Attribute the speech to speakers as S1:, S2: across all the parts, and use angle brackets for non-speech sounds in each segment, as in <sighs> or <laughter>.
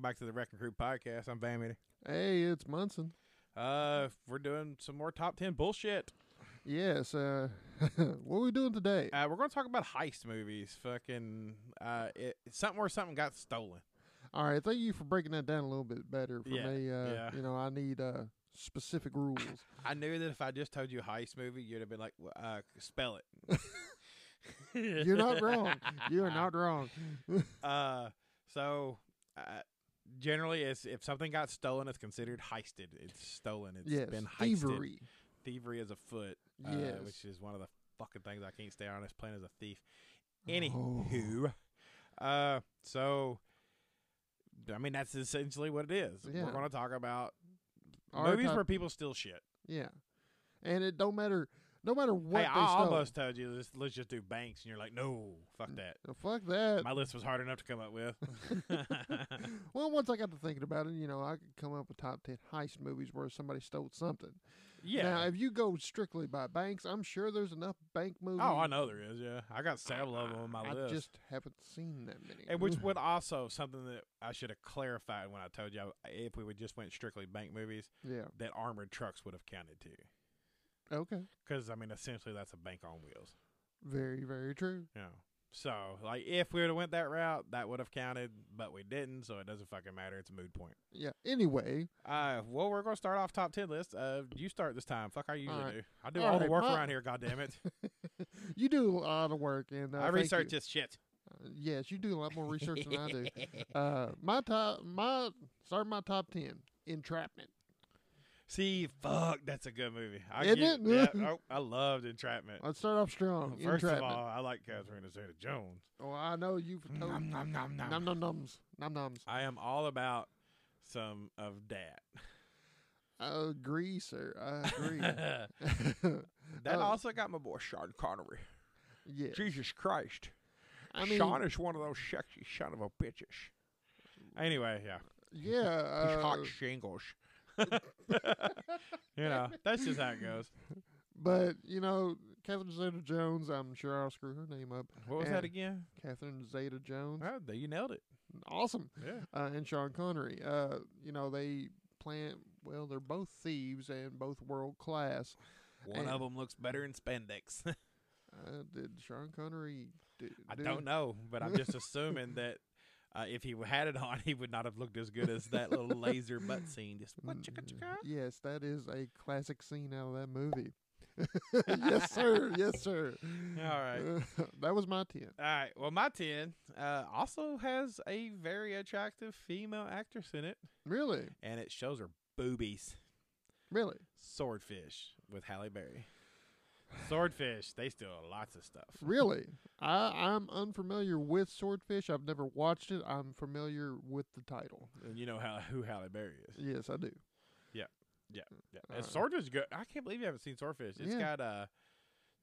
S1: back to the Wrecking Crew podcast. I'm Vanity.
S2: Hey, it's Munson.
S1: Uh, we're doing some more top ten bullshit.
S2: Yes. Uh, <laughs> what are we doing today?
S1: Uh, we're going to talk about heist movies. Fucking uh, it, something where something got stolen.
S2: All right. Thank you for breaking that down a little bit better for
S1: Yeah,
S2: me. Uh,
S1: yeah.
S2: You know, I need uh, specific rules.
S1: <laughs> I knew that if I just told you heist movie, you'd have been like, "Wh- uh, spell it.
S2: <laughs> You're not wrong. You are not wrong.
S1: <laughs> Uh, so uh, generally, it's if something got stolen, it's considered heisted. It's stolen. It's
S2: yes.
S1: been heisted.
S2: Thievery.
S1: Thievery is a foot. Uh,
S2: Yes.
S1: which is one of the fucking things I can't stay on this planet as a thief.
S2: Oh.
S1: Anywho, uh, so I mean that's essentially what it is.
S2: Yeah.
S1: We're going to talk about
S2: Our
S1: movies
S2: type-
S1: where people steal shit.
S2: Yeah. And it don't matter. No matter what
S1: hey,
S2: they
S1: I
S2: stole.
S1: almost told you let's, let's just do banks, and you're like, no, fuck that.
S2: Fuck that.
S1: My list was hard enough to come up with.
S2: <laughs> well, once I got to thinking about it, you know, I could come up with top ten heist movies where somebody stole something.
S1: yeah.
S2: Now, if you go strictly by banks, I'm sure there's enough bank movies.
S1: Oh, I know there is. Yeah, I got several of them on my
S2: I
S1: list.
S2: just Mm. haven't seen that many.
S1: and which would also something that I should have clarified when I told you I- if we would just went strictly bank movies
S2: <laughs> yeah.
S1: that armored trucks would have counted too.
S2: Okay.
S1: Because I mean, essentially that's a bank on wheels.
S2: Very, very true.
S1: Yeah. So like, if we would have went that route, that would have counted, but we didn't. So it doesn't fucking matter. It's a mood point.
S2: Yeah. Anyway,
S1: Uh, well, we're gonna start off top ten list. Uh, you start this time. Fuck, I usually
S2: All right.
S1: do. I do all,
S2: All
S1: the
S2: right,
S1: work
S2: my-
S1: around here. God damn
S2: <laughs>
S1: it,
S2: you do a lot of work, and uh,
S1: I
S2: thank
S1: research
S2: you.
S1: this shit.
S2: Uh, yes, you do a lot more research than
S1: <laughs>
S2: I do. Uh, my top, my start my top ten. Entrapment.
S1: See, fuck, that's a good movie. I
S2: Isn't
S1: give-
S2: it? <laughs>
S1: Yeah, oh, I loved Entrapment.
S2: Let's start off strong.
S1: First of
S2: Entrapment.
S1: all, I like Catherine Zeta Jones.
S2: oh, I know you've told
S1: Nom,
S2: me.
S1: nom, nom, nom.
S2: Nom nom noms. Nom noms.
S1: I am all about some of
S2: <laughs>
S1: that.
S2: I agree, sir. I
S1: <laughs>
S2: agree. <laughs>
S1: that
S2: Oh.
S1: also got my boy Sean Connery.
S2: yeah.
S1: Jesus Christ.
S2: I mean,
S1: Sean is one of those sexy son of a bitches. Anyway, yeah.
S2: yeah.
S1: He's
S2: Uh,
S1: hot <laughs> shingles. you know, that's just how it goes.
S2: but you know, Catherine Zeta-Jones. I'm sure I'll screw her name up.
S1: What was
S2: And
S1: that again?
S2: Catherine Zeta-Jones.
S1: Oh, there you nailed it.
S2: Awesome.
S1: Yeah.
S2: uh, and Sean Connery. Uh, you know, they plan, well, they're both thieves and both world class.
S1: One
S2: And-
S1: of them looks better in spandex. <laughs>
S2: Uh, did Sean Connery. Do,
S1: I
S2: do-
S1: don't know, but I'm <laughs> just assuming that uh, if he had it on, <laughs> he would not have looked as good as that <laughs> little laser butt scene. Just what chicka chicka.
S2: Mm, Yes, that is a classic scene out of
S1: <laughs>
S2: that movie. <laughs> yes, sir. Yes, sir.
S1: All right.
S2: <laughs> that was my 10.
S1: All right. Well, my 10 uh, also has a very attractive female actress in it,
S2: Really?
S1: and it shows her boobies.
S2: Really?
S1: Swordfish with Halle Berry. Swordfish, they steal lots of stuff.
S2: Really? I, I'm unfamiliar with Swordfish. I've never watched it. I'm familiar with the title.
S1: And you know how who Halle Berry is.
S2: Yes, I do.
S1: Yeah. yeah. And Swordfish is good. I can't believe you haven't seen Swordfish. It's
S2: Yeah.
S1: got uh,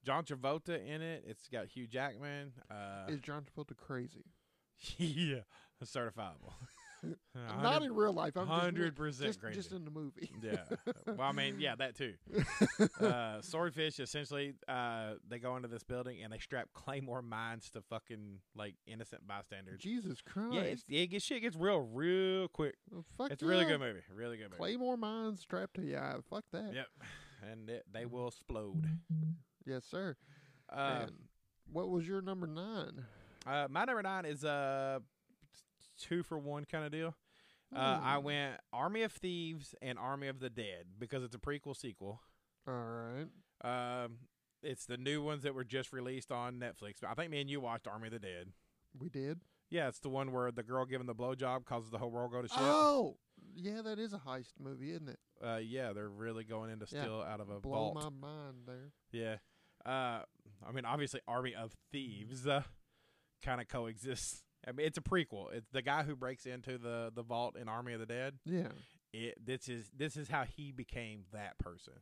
S1: John Travolta in it. It's got Hugh Jackman. Uh,
S2: Is John Travolta crazy?
S1: <laughs> yeah, certifiable.
S2: <laughs> Not in real life. I'm
S1: Hundred
S2: just-
S1: percent
S2: just,
S1: crazy.
S2: just in the movie. <laughs>
S1: yeah. Well, I mean, yeah, that too. Uh, swordfish essentially, uh, they go into this building and they strap claymore mines to fucking like innocent bystanders.
S2: Jesus Christ.
S1: Yeah, it's, it gets shit gets real, real quick.
S2: Well, Fuck
S1: It's a
S2: yeah.
S1: really good movie. Really good movie.
S2: Claymore mines strapped to you. Fuck that.
S1: Yep. And it, they will
S2: <laughs>
S1: explode.
S2: Yes, sir.
S1: Uh,
S2: And what was your number nine?
S1: uh, my number nine is uh, two for one kind of deal. Uh, I
S2: Hmm.
S1: went Army of Thieves and Army of the Dead because it's a prequel sequel.
S2: All right.
S1: Um, it's the new ones that were just released on Netflix. But I think me and you watched Army of the Dead.
S2: We did.
S1: Yeah, it's the one where the girl giving the blowjob causes the whole world go to shit.
S2: Oh, yeah, that is a heist movie, isn't it?
S1: Uh, yeah, they're really going into
S2: Yeah.
S1: steal out of a
S2: Blow
S1: vault.
S2: my mind there.
S1: Yeah. Uh, I mean, obviously, Army of Thieves uh, kind of coexists. I mean, it's a prequel. It's the guy who breaks into the, the vault in Army of the Dead.
S2: Yeah.
S1: It this is this is how he became that person.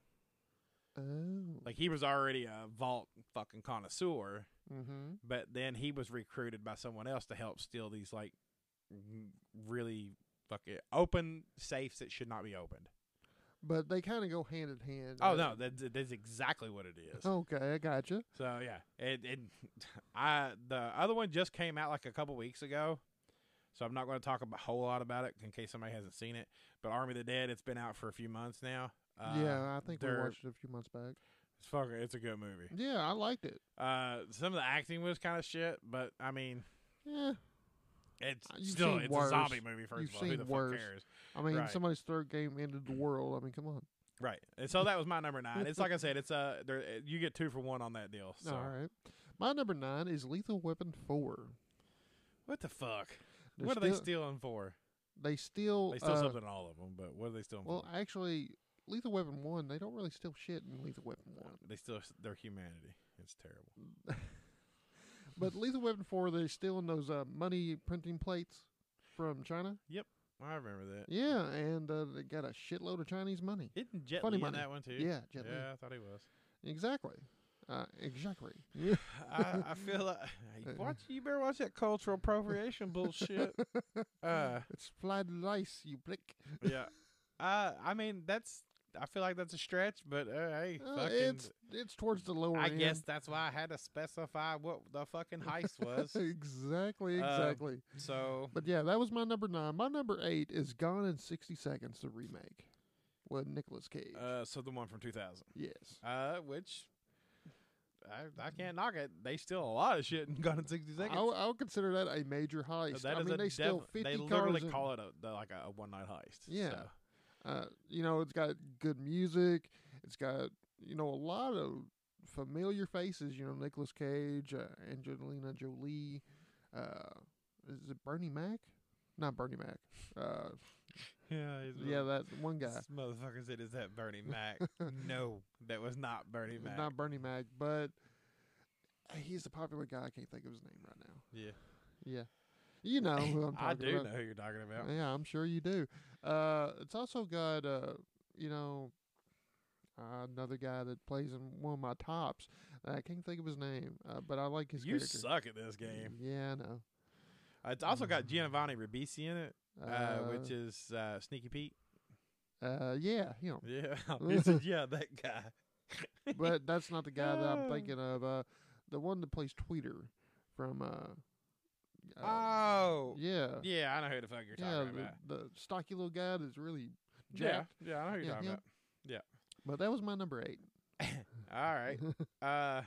S2: Oh.
S1: Like he was already a vault fucking connoisseur,
S2: Mm-hmm.
S1: but then he was recruited by someone else to help steal these like m- really fucking open safes that should not be opened.
S2: But they kind of go hand in hand.
S1: Oh
S2: right? Oh.
S1: no, that's, that's exactly what it is.
S2: Okay, I gotcha.
S1: So <laughs> yeah, and, and I the other one just came out like a couple weeks ago, So I'm not going to talk a whole lot about it in case somebody hasn't seen it. But Army of the Dead, it's been out for a few months now. Uh,
S2: yeah, I think we
S1: they're-
S2: watched it a few months back.
S1: It's fucking. It's a good movie.
S2: Yeah, I liked it.
S1: Uh, some of the acting was kind of shit, but I mean,
S2: Yeah,
S1: it's
S2: Uh, you've
S1: still
S2: seen
S1: it's a
S2: worse.
S1: zombie movie. 1st
S2: You've
S1: of all, who
S2: seen
S1: the
S2: worse.
S1: fuck cares?
S2: I mean
S1: Right.
S2: somebody's third game
S1: <clears throat>
S2: ended the world. I mean, come on.
S1: Right. And so that was my number nine. It's
S2: <laughs>
S1: like I said. It's uh, there, you get two for one on that deal. So
S2: All right, my number nine is Lethal Weapon Four.
S1: what the fuck?
S2: They're
S1: what are they
S2: still-
S1: stealing for?
S2: They still.
S1: They steal
S2: uh,
S1: something in all of them, but what are they stealing?
S2: Well,
S1: for?
S2: actually, Lethal Weapon One, they don't really steal shit in Lethal Weapon One.
S1: They steal s- their humanity. It's terrible. <laughs>
S2: But Lethal Weapon Four, they're stealing those uh, money printing plates from China.
S1: I remember that.
S2: Yeah, and uh, they got a shitload of Chinese money.
S1: Isn't Jet
S2: Funny
S1: Li in
S2: money.
S1: that one too?
S2: Yeah, Jet Li.
S1: yeah, I thought he
S2: <laughs>
S1: was.
S2: exactly. Uh,
S1: <laughs>
S2: exactly.
S1: I, I feel like
S2: Uh,
S1: hey, watch. You better watch that cultural appropriation
S2: <laughs>
S1: bullshit. Uh,
S2: It's fried rice, you
S1: <laughs>
S2: prick.
S1: yeah. Uh, I mean that's. I feel like that's a stretch, but uh, hey,
S2: Uh,
S1: fucking.
S2: it's it's towards the lower
S1: I
S2: end.
S1: guess that's why I had to specify what the fucking heist
S2: <laughs>
S1: was.
S2: exactly,
S1: Um,
S2: exactly.
S1: so
S2: but yeah, that was my number nine. My number eight is Gone in sixty seconds, the remake with Nicolas Cage.
S1: Uh, so the one from 2000.
S2: yes.
S1: Uh, which I, I can't knock it. They steal a lot of shit in Gone in 60
S2: I
S1: Seconds.
S2: would, I would consider that a major
S1: So
S2: heist.
S1: that
S2: I
S1: is
S2: mean,
S1: a
S2: they steal
S1: defi- They
S2: fifty
S1: literally
S2: cars. in-
S1: call it a the, like a, one night heist.
S2: Yeah.
S1: so.
S2: uh, you know, it's got good music. It's got you know a lot of familiar faces. You know, Nicolas Cage, uh, Angelina Jolie. Uh, is it Bernie Mac? Not Bernie Mac. Uh,
S1: Yeah. he's
S2: yeah,
S1: really-
S2: that one guy.
S1: This motherfucker said, "Is that
S2: <laughs>
S1: Bernie Mac?" no, that was not Bernie
S2: It's
S1: Mac.
S2: Not Bernie Mac, but he's a popular guy. I can't think of his name right now.
S1: yeah,
S2: Yeah, you know who I'm
S1: <laughs>
S2: talking
S1: I do
S2: about.
S1: know who you're talking about.
S2: Yeah, I'm sure you do. Uh, it's also got uh, you know, uh, another guy that plays in one of my tops. Uh, I can't think of his name, uh, but I like his
S1: you
S2: character.
S1: suck at this game.
S2: Yeah, I know.
S1: Uh, It's also got Giovanni Ribisi in it,
S2: Mm. Uh,
S1: uh, which is uh, Sneaky Pete.
S2: uh, yeah, him.
S1: <laughs> Yeah, he said, "Yeah, that
S2: <laughs>
S1: guy."
S2: but that's not the guy that I'm
S1: Oh.
S2: thinking of. Uh, the one that plays Tweeter from uh, uh
S1: Oh,
S2: yeah,
S1: yeah, I know who the fuck you're
S2: yeah,
S1: talking about.
S2: the, the stocky little guy that's really jacked.
S1: Yeah, yeah, I know who you're
S2: Yeah,
S1: talking
S2: him. But that was my number eight. <laughs>
S1: about. All right. Uh,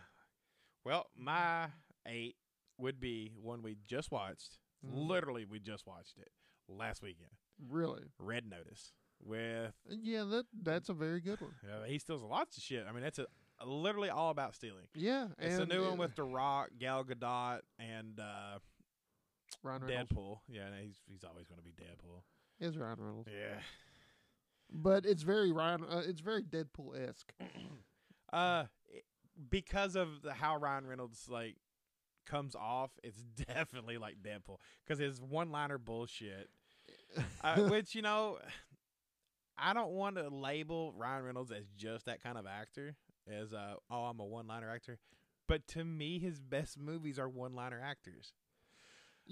S1: well, my eight would be one we just watched.
S2: Mm.
S1: Literally, we just watched it last weekend.
S2: Really?
S1: Red Notice with
S2: Yeah, that that's a very good one.
S1: uh, he steals lots of shit. I mean, that's a, literally all about stealing.
S2: Yeah,
S1: It's
S2: and
S1: a new one
S2: it-
S1: with The Rock, Gal Gadot, and uh,
S2: Ryan Reynolds.
S1: Deadpool. Yeah, and he's he's always going to be Deadpool.
S2: It's Ryan Reynolds,
S1: Yeah.
S2: but it's very Ryan. Uh, it's very Deadpool esque.
S1: Uh, it- because of the, how Ryan Reynolds like comes off, it's <laughs> definitely like Deadpool because his one-liner bullshit, uh, which you know, I don't want to label Ryan Reynolds as just that kind of actor, as uh, oh, I'm a one-liner actor. But to me, his best movies are one-liner actors.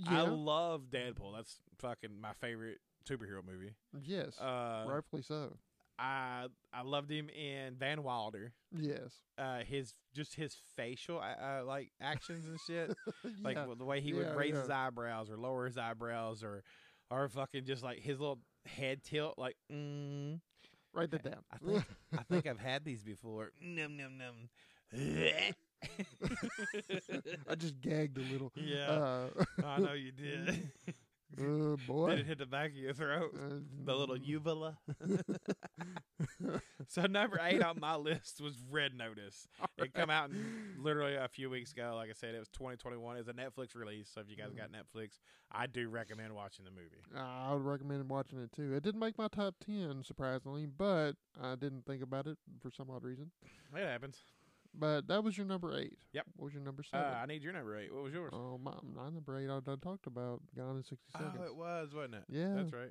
S1: I
S2: yeah.
S1: love Deadpool. That's fucking my favorite superhero movie.
S2: yes.
S1: Uh,
S2: rightfully so.
S1: I I loved him in Van Wilder.
S2: Yes.
S1: uh his just his facial uh, uh, like actions and
S2: <laughs>
S1: shit like
S2: yeah.
S1: well, the way he
S2: Yeah,
S1: would raise
S2: yeah.
S1: his eyebrows or lower his eyebrows or or fucking just like his little head tilt like mm,
S2: Write that down.
S1: I think I think I've had these before <laughs> num num num
S2: <laughs> I just gagged a little.
S1: yeah
S2: Uh, <laughs>
S1: I know you did
S2: uh,
S1: did
S2: boy.
S1: it hit the back of your throat
S2: Uh,
S1: the little uvula Mm. <laughs> so number eight on my list was Red Notice it come out in literally a few weeks ago. Like I said, it was 2021. It's a Netflix release, so if you guys got Netflix, I do recommend watching the movie.
S2: I would recommend watching it too. It didn't make my top ten, surprisingly, but I didn't think about it for some odd reason.
S1: It happens.
S2: But that was your number eight.
S1: Yep.
S2: What was your number
S1: Uh,
S2: seven?
S1: I need your number eight. What was yours?
S2: oh, my, my number eight I done talked about. Gone in sixty seconds.
S1: Oh, it was, wasn't it?
S2: yeah.
S1: That's right.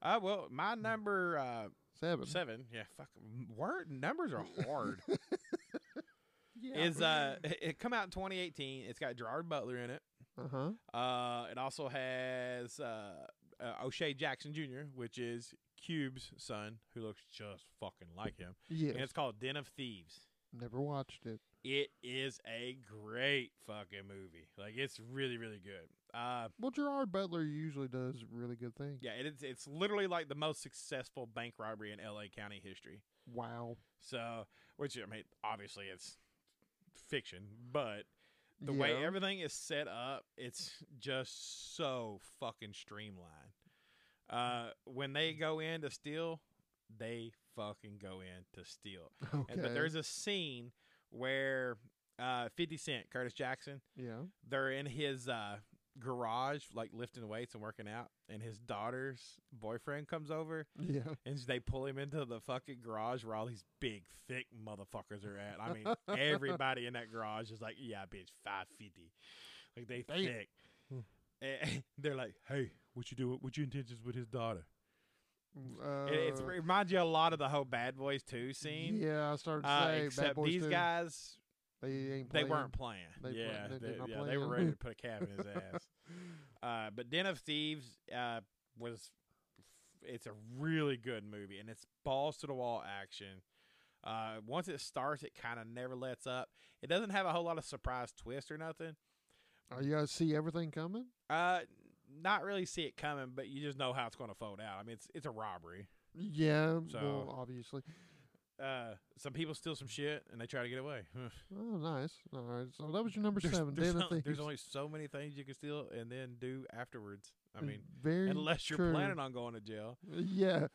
S1: Uh, well, my number uh,
S2: Seven.
S1: seven. Yeah, fuck. m- Word numbers are hard.
S2: Yeah.
S1: Is uh, it- it come out in 2018? It's got Gerard Butler in it.
S2: Uh huh.
S1: Uh, it also has uh, uh O'Shea Jackson Jr., which is Cube's son, who looks just fucking like him.
S2: Yes.
S1: and it's called Den of Thieves.
S2: Never watched it.
S1: It is a great fucking movie. Like it's really really good. Uh,
S2: Well, Gerard Butler usually does really good things.
S1: yeah, it's it's literally like the most successful bank robbery in L.A. County history.
S2: Wow.
S1: So, which I mean, obviously it's fiction, but the way
S2: Yeah.
S1: everything is set up, it's just so fucking streamlined. Uh, when they go in to steal, they fucking go in to steal.
S2: okay.
S1: And, but there's a scene where uh, 50 Cent, Curtis Jackson,
S2: yeah.
S1: they're in his uh, garage, like lifting weights and working out, and his daughter's boyfriend comes over
S2: Yeah.
S1: and they pull him into the fucking garage where all these big, thick motherfuckers are at. I mean, everybody in that garage is like, "Yeah, bitch, five fifty. Like they
S2: Damn.
S1: thick.
S2: Hmm.
S1: <laughs> And they're like, "Hey, what you do? What your intentions with his daughter?"
S2: Uh,
S1: It, it's, it reminds you a lot of the whole Bad Boys Two scene.
S2: Yeah, I started to
S1: Uh,
S2: say Bad
S1: except
S2: Boys
S1: these
S2: 2,
S1: guys,
S2: They ain't.
S1: they
S2: playing.
S1: weren't playing.
S2: They play-
S1: yeah,
S2: they-
S1: they,
S2: they're not
S1: yeah, they were
S2: playing.
S1: ready to
S2: <laughs>
S1: put a cap in his ass. Uh, but Den of Thieves uh, was it's a really good movie and it's balls to the wall action. Uh, once it starts, it kind of never lets up. It doesn't have a whole lot of surprise twist or nothing.
S2: Are you guys see everything coming?
S1: Uh, not really see it coming, but you just know how it's going to fold out. I mean, it's it's a robbery.
S2: Yeah.
S1: So-
S2: well, obviously.
S1: Uh, some people steal some shit and they try to get away. <laughs>
S2: Oh, nice. All right. So that was your number
S1: there's,
S2: seven.
S1: there's,
S2: Den
S1: only,
S2: of Thieves.
S1: there's only so many things you can steal and then do afterwards.
S2: Mm.
S1: I mean,
S2: very
S1: unless you're
S2: true.
S1: planning on going to jail.
S2: Yeah.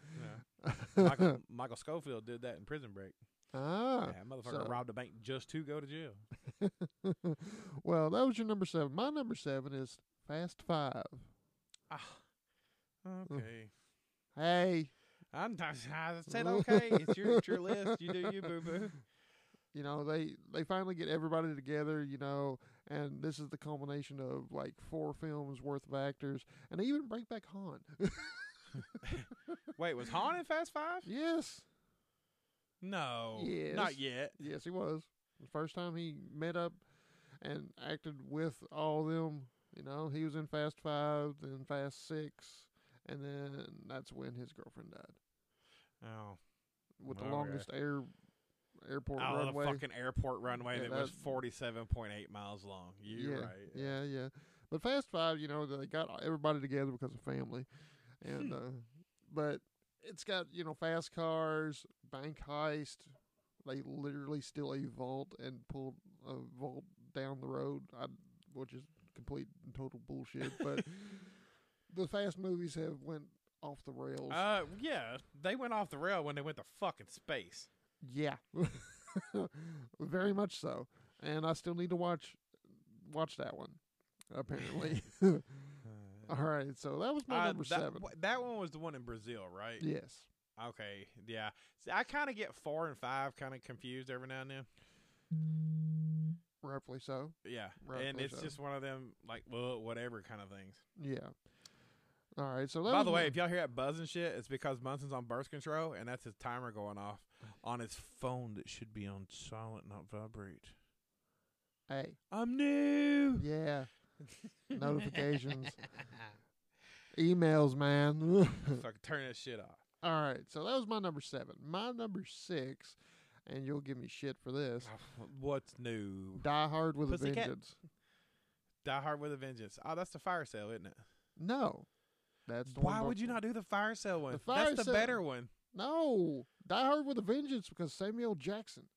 S1: Michael, <laughs> Michael Schofield did that in Prison Break.
S2: <laughs> ah.
S1: Yeah, motherfucker
S2: so-
S1: robbed a bank just to go to jail.
S2: well, that was your number seven. My number seven is Fast Five.
S1: Ah, okay.
S2: Hey,
S1: I'm, <laughs> I said okay. It's your, it's your list. You do you, boo boo.
S2: you know they they finally get everybody together. You know, and this is the culmination of like four films worth of actors, and they even bring back Han.
S1: Wait, was Han in Fast Five?
S2: yes,
S1: No,
S2: Yes.
S1: not yet.
S2: yes, he was. The first time he met up and acted with all them. You know, he was in Fast Five, then Fast Six, and then that's when his girlfriend died.
S1: Oh,
S2: with the
S1: Okay.
S2: longest air airport
S1: oh the
S2: runway.
S1: fucking airport runway
S2: Yeah,
S1: that was
S2: that-
S1: forty-seven point eight miles long. You
S2: yeah,
S1: right?
S2: yeah, yeah. But Fast Five, you know, they got everybody together because of family,
S1: <laughs>
S2: and uh, but it's got you know fast cars, bank heist. They literally steal a vault and pull a vault down the road, I, which is complete and total bullshit.
S1: <laughs>
S2: But the fast movies have went off the rails.
S1: Uh, yeah. They went off the rail when they went to fucking space.
S2: Yeah, <laughs> very much so. And I still need to watch watch that one. Apparently.
S1: <laughs>
S2: <laughs> All right, so that was my
S1: Uh,
S2: number
S1: that,
S2: seven.
S1: w- that one was the one in Brazil, right?
S2: yes.
S1: Okay, yeah. See, I kind of get four and five kind of confused every now and then.
S2: Roughly so.
S1: Yeah, and
S2: Rightfully
S1: it's
S2: so.
S1: just one of them like well, whatever kind of things.
S2: Yeah. All right, so that
S1: By
S2: was
S1: the way,
S2: my-
S1: if y'all hear that buzzing shit, it's because Munson's on burst control, and that's his timer going off on his phone that should be on silent, not vibrate.
S2: hey,
S1: I'm new.
S2: yeah, <laughs> notifications, emails, man.
S1: <laughs>
S2: <laughs>
S1: Fucking turn that shit off. <sighs>
S2: All right, so that was my number seven. My number six, and you'll give me shit for this.
S1: What's new?
S2: Die Hard with a
S1: Pussycat.
S2: Vengeance.
S1: Die Hard with a Vengeance. Oh, that's the fire sale, isn't it?
S2: No, that's the
S1: Why
S2: one
S1: would you
S2: before-
S1: not do the fire sale one?
S2: fire
S1: that's the
S2: sale-
S1: better one.
S2: No, Die Hard with a Vengeance because Samuel Jackson. <laughs>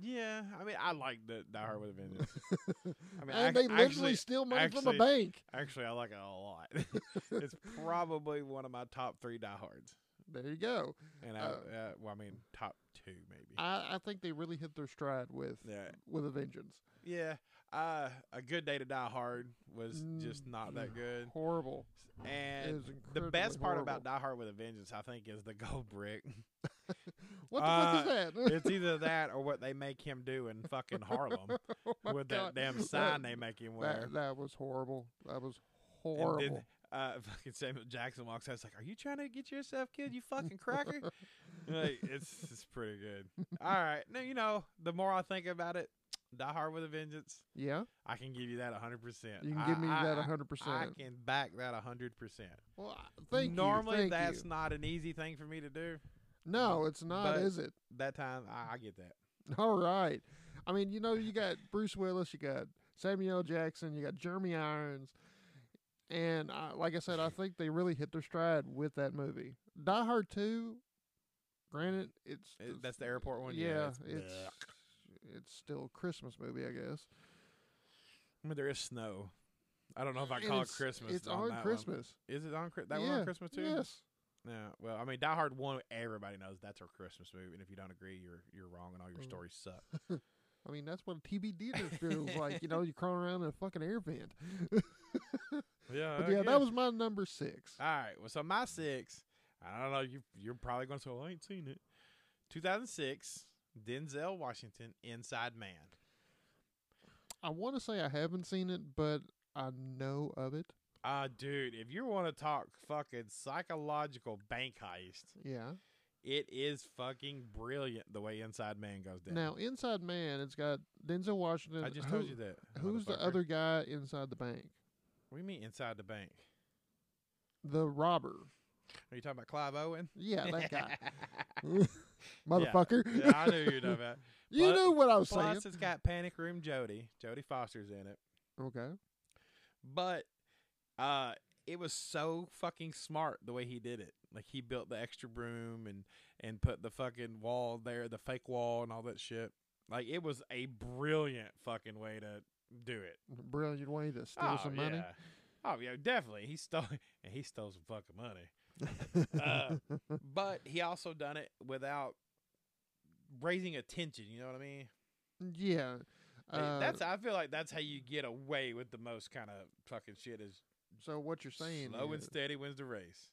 S1: Yeah, I mean, I like the Die Hard with a Vengeance.
S2: <laughs>
S1: I mean,
S2: and
S1: ac-
S2: they literally
S1: actually,
S2: steal money from
S1: actually-
S2: a bank.
S1: Actually, I like it a lot. <laughs> it's probably one of my top three diehards,
S2: <laughs> There you go.
S1: and I, uh,
S2: Uh,
S1: well, I mean, top two maybe.
S2: I, I think they really hit their stride with
S1: yeah,
S2: with a vengeance.
S1: yeah. Uh, a good day to die hard was just not that good.
S2: Horrible.
S1: And
S2: Mm. was
S1: the best part
S2: incredibly horrible.
S1: about Die Hard with a Vengeance, I think, is the gold brick.
S2: What the fuck is that?
S1: Uh,
S2: <laughs>
S1: it's either that or what they make him do in fucking Harlem
S2: <laughs> Oh my
S1: with
S2: God.
S1: that damn
S2: That-
S1: sign they make him wear.
S2: That, that was horrible. That was
S1: And
S2: horrible.
S1: then, uh, <laughs> fucking Samuel Jackson walks out. It's like, "Are you trying to get yourself killed? You fucking
S2: <laughs>
S1: cracker!" like, it's it's pretty good. All right, now you know. The more I think about it, Die Hard with a Vengeance,
S2: yeah,
S1: I can give you that hundred percent.
S2: you can give me that
S1: I,
S2: hundred
S1: I
S2: percent.
S1: can back that hundred percent.
S2: Well, I- thank
S1: Normally,
S2: you. thank
S1: that's
S2: you.
S1: not an easy thing for me to do.
S2: no, it's not,
S1: but-
S2: is it?
S1: That time, I, I get that.
S2: <laughs> All right. I mean, you know, you got Bruce Willis, you got Samuel L. Jackson, you got Jeremy Irons, and I, like I said, I think they really hit their stride with that movie. Die Hard Two, granted, it's
S1: It- Eh, that's the airport one.
S2: yeah,
S1: it's,
S2: it's
S1: bleh.
S2: it's still a Christmas movie, I guess.
S1: I mean, there is snow. I don't know if I
S2: And
S1: call it
S2: it's-
S1: Christmas.
S2: It's
S1: on,
S2: on,
S1: that one.
S2: Christmas.
S1: Is it on Chri- that one
S2: Yeah,
S1: on Christmas too?
S2: Yes.
S1: Yeah. Well, I mean, Die Hard one. Everybody knows that's our Christmas movie, and if you don't agree, you're you're wrong, and all your
S2: Mm.
S1: stories
S2: <laughs>
S1: suck.
S2: I mean, that's what a TB dinner feels
S1: <laughs>
S2: like. You know, you're crawling around in a fucking air vent.
S1: Uh, yeah.
S2: But yeah, that was my number six.
S1: All right. Well, so my six, I don't know. You you're probably going to say, well, "I ain't seen it." 2006, Denzel Washington, Inside Man.
S2: I want to say I haven't seen it, but I know of it.
S1: Ah, dude, if you want to talk fucking psychological bank heist,
S2: Yeah.
S1: it is fucking brilliant the way Inside Man goes down.
S2: Now, Inside Man, it's got Denzel Washington.
S1: I just
S2: Who-
S1: told you that.
S2: Who's the
S1: motherfucker.
S2: other guy inside the bank?
S1: What do you mean inside the bank?
S2: The robber.
S1: Are you talking about Clive Owen?
S2: Yeah,
S1: <laughs>
S2: that guy. <laughs> Motherfucker.
S1: yeah, I knew you know that.
S2: <laughs> you
S1: Plus-
S2: knew what I was
S1: Plus,
S2: saying.
S1: it's got Panic Room Jody. Jody Foster's in it.
S2: Okay.
S1: but uh it was so fucking smart the way he did it like he built the extra room and and put the fucking wall there the fake wall and all that shit like it was a brilliant fucking way to do it
S2: Brilliant way to steal some money.
S1: Oh, yeah oh yeah definitely he stole <laughs> and he stole some fucking
S2: <laughs>
S1: money <laughs> Uh, but he also done it without raising attention you know what i mean
S2: yeah.
S1: Like,
S2: Uh,
S1: that's i feel like that's how you get away with the most kind of fucking shit is
S2: so what you're saying
S1: slow and
S2: is-
S1: steady wins the race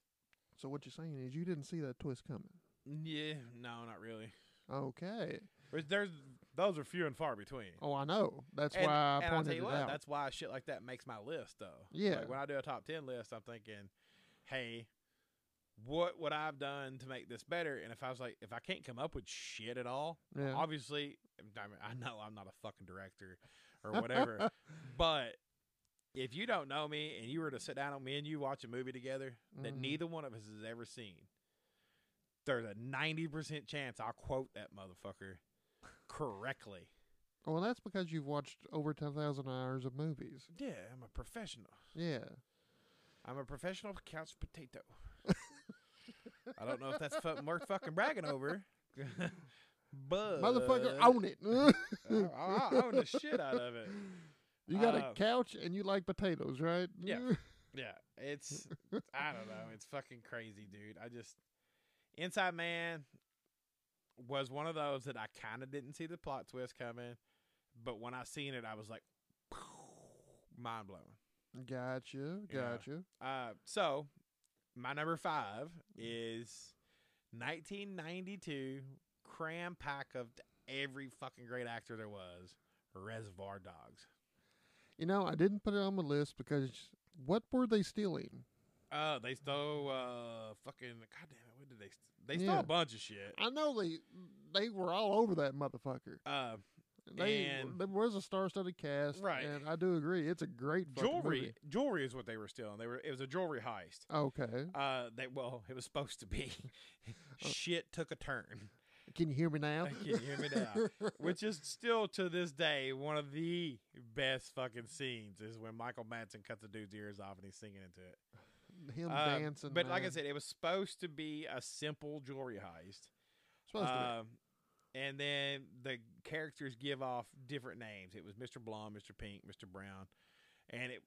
S2: So what you're saying is you didn't see that twist coming.
S1: Yeah, no, not really.
S2: Okay.
S1: There's, there's those are few and far between.
S2: Oh, I know. That's
S1: and,
S2: why I
S1: and I'll
S2: pointed
S1: tell you
S2: it
S1: what,
S2: out.
S1: that's why shit like that makes my list though.
S2: Yeah.
S1: Like when I do a top ten list, I'm thinking, hey, what would I've done to make this better? And if I was like, if I can't come up with shit at all,
S2: yeah.
S1: obviously, I, mean, I know I'm not a fucking director or <laughs> whatever, but if you don't know me and you were to sit down with me and you watch a movie together that
S2: Mhm.
S1: neither one of us has ever seen, there's a 90% chance I'll quote that motherfucker correctly.
S2: Well, that's because you've watched over 10,000 hours of movies.
S1: Yeah, I'm a professional.
S2: Yeah.
S1: I'm a professional couch potato. I don't know if that's fu- worth fucking bragging over. <laughs> but
S2: Motherfucker, own it. <laughs>
S1: I, uh, I I own the shit out of it.
S2: <laughs> you got
S1: Uh,
S2: a couch and you like potatoes, right?
S1: Yeah. Yeah, it's I don't know, it's fucking crazy, dude. I just Inside Man was one of those that I kind of didn't see the plot twist coming, but when I seen it, I was like, <laughs> mind blown.
S2: <laughs> gotcha.
S1: Yeah.
S2: Gotcha.
S1: Uh, so my number five is 1992 cram pack of every fucking great actor there was, Reservoir Dogs.
S2: You know, I didn't put it on my list because what were they stealing?
S1: Uh, they stole uh fucking goddamn it! What did they? St- they stole
S2: Yeah.
S1: a bunch of shit.
S2: I know they they were all over that motherfucker.
S1: Uh,
S2: They
S1: And-
S2: there was a star-studded cast,
S1: Right.
S2: And I do agree, it's a great fucking
S1: jewelry,
S2: movie.
S1: jewelry is what they were stealing. They were it was a jewelry heist.
S2: Okay,
S1: Uh, they well, it was supposed to be. <laughs>
S2: Oh.
S1: shit took a
S2: <laughs>
S1: turn.
S2: can you hear me now?
S1: <laughs> Can you hear me
S2: <laughs>
S1: now? Which is still to this day one of the best fucking scenes is when Michael Madsen cuts a dude's ears off and he's singing into it.
S2: Him
S1: Uh,
S2: dancing,
S1: but like I
S2: man.
S1: said, it was supposed to be a simple jewelry heist.
S2: supposed to be.
S1: Um, and then the characters give off different names. It was Mr. Blonde, Mr. Pink, Mr. Brown, and it.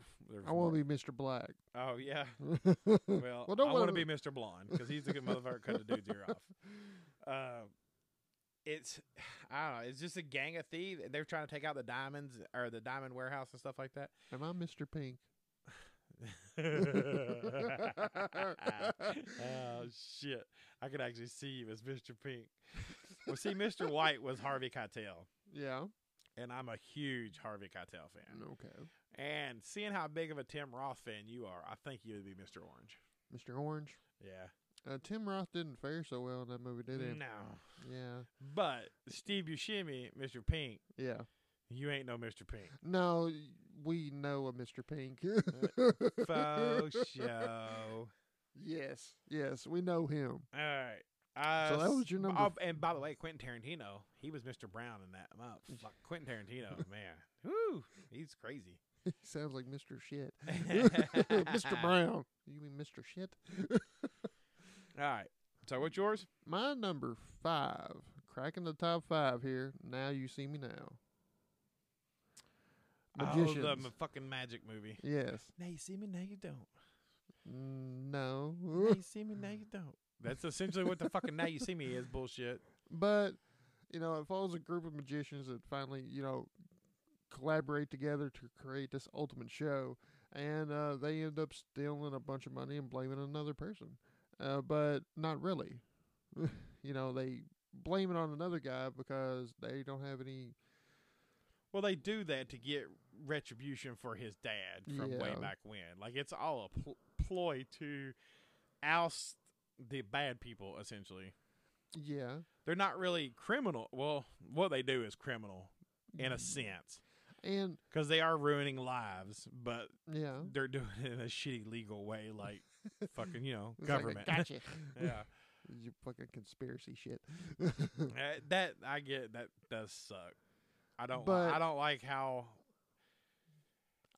S1: <sighs> there was
S2: I want
S1: more.
S2: to be Mr. Black. <laughs>
S1: Oh yeah. Well,
S2: Well, don't
S1: I want to
S2: wanna- <laughs>
S1: be Mr. Blonde because he's the good motherfucker cut the dude's ear off. Uh, it's <sighs> I don't know. It's just a gang of thieves. They're trying to take out the diamonds or the diamond warehouse and stuff like
S2: <laughs>
S1: that. <laughs>
S2: Am I Mr. Pink? <laughs>
S1: oh shit! I could actually see you as Mr. Pink. Well, see, Mr. White was Harvey Keitel,
S2: Yeah.
S1: and I'm a huge Harvey Keitel fan.
S2: Okay.
S1: And seeing how big of a Tim Roth fan you are, I think you would be Mr. Orange.
S2: Mr. Orange.
S1: Yeah.
S2: Uh, Tim Roth didn't fare so well in that movie, did he?
S1: No.
S2: Yeah.
S1: But Steve Buscemi, Mr. Pink,
S2: Yeah.
S1: you ain't no Mr.
S2: <laughs>
S1: Pink.
S2: No, we know a Mr. Pink. <laughs>
S1: Faux show.
S2: Yes. Yes, we know him. <laughs>
S1: All right. Uh,
S2: So that was your
S1: s-
S2: number
S1: Oh,
S2: f-
S1: and by the way, Quentin Tarantino, he was Mr. Brown in that. Wow,
S2: Mm.
S1: fuck, Quentin Tarantino, <laughs> man, whoo, he's crazy.
S2: He sounds like Mr. Shit. <laughs>
S1: <laughs>
S2: Mr. Brown. You mean Mr. Shit?
S1: All right, so what's yours?
S2: My number five, cracking the top five here. Now you see me now. Magicians.
S1: Oh, the m- fucking magic movie.
S2: yes.
S1: Now you see me, now you don't.
S2: Mm, No.
S1: <laughs> Now you see me, now you
S2: <laughs>
S1: don't. That's essentially what the fucking now you see me is bullshit.
S2: But you know, it follows a group of magicians that finally, you know, collaborate together to create this ultimate show, and uh, they end up stealing a bunch of money and blaming another person. Uh, but not really. <laughs> you know, they blame it on another guy because they don't have any.
S1: Well, they do that to get retribution for his dad from way
S2: Yeah.
S1: back when. Like it's all a pl- ploy to oust the bad people. Essentially,
S2: Yeah,
S1: they're not really criminal. Well, what they do is criminal in a
S2: Mm-hmm.
S1: sense
S2: and
S1: because they are ruining lives, but
S2: yeah,
S1: they're doing it in a shitty legal way,
S2: <laughs>
S1: like fucking you know
S2: It's like a
S1: government.
S2: gotcha.
S1: <laughs>
S2: <laughs>
S1: yeah,
S2: you fucking conspiracy shit.
S1: Uh, that I get. That does suck. I don't. li-
S2: But-
S1: I don't like how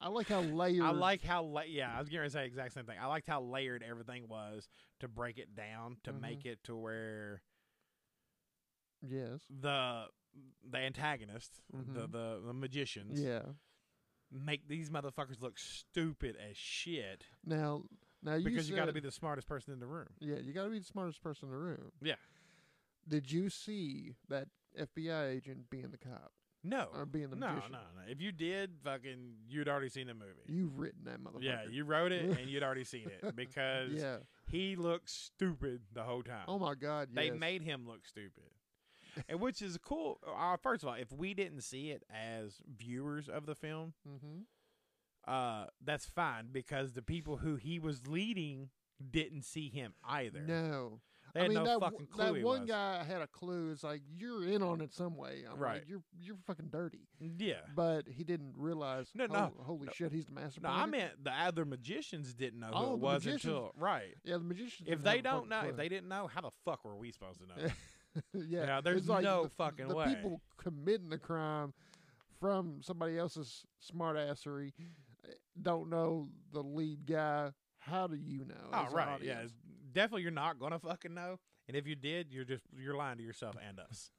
S2: I like how layered.
S1: I like how la- yeah, I was going to say the exact same thing. I liked how layered everything was to break it down to
S2: Mhm.
S1: make it to where
S2: Yes.
S1: the the antagonist, the,
S2: Mhm.
S1: the the magicians,
S2: Yeah.
S1: make these motherfuckers look stupid as shit
S2: Now, now you
S1: because you, got to
S2: said-
S1: be the smartest person in the room.
S2: Yeah, you got to be the smartest person in the room.
S1: Yeah.
S2: Did you see that FBI agent being the cop
S1: No,
S2: or being the
S1: Oh, no, no,
S2: magician?
S1: no. If you did, fucking, you'd already seen the movie.
S2: You've written that motherfucker.
S1: Yeah, you wrote it
S2: <laughs>
S1: and you'd already seen it because
S2: Yeah.
S1: he looked stupid the whole time.
S2: Oh my God.
S1: They
S2: yes.
S1: made him look stupid, and which is cool. Uh, first of all, if we didn't see it as viewers of the film,
S2: Mhm.
S1: uh, that's fine because the people who he was leading didn't see him either.
S2: No.
S1: they had
S2: I mean
S1: no
S2: that
S1: fucking
S2: w-
S1: clue.
S2: that
S1: he
S2: one
S1: was.
S2: guy had a clue. It's like you're in on it some way. I'm
S1: Right.
S2: Like, you're you're fucking dirty.
S1: yeah.
S2: But he didn't realize.
S1: No,
S2: "Hol-
S1: no,
S2: Holy
S1: no.
S2: shit, he's the master.
S1: No, I
S2: planner."
S1: meant the other magicians didn't know who
S2: Oh,
S1: it
S2: the
S1: was
S2: magicians-
S1: until right.
S2: Yeah, the magician.
S1: If they don't know, if they didn't know, how the fuck were we supposed to know?
S2: <laughs> yeah,
S1: Yeah, there's
S2: it's like
S1: no
S2: the,
S1: fucking
S2: the
S1: way.
S2: people committing the crime from somebody else's smartassery eh, don't know the lead guy. How do you know?
S1: oh
S2: as an
S1: right, yeah,
S2: audience?
S1: it's- definitely you're not gonna fucking know. And if you did, you're just you're lying to yourself and us.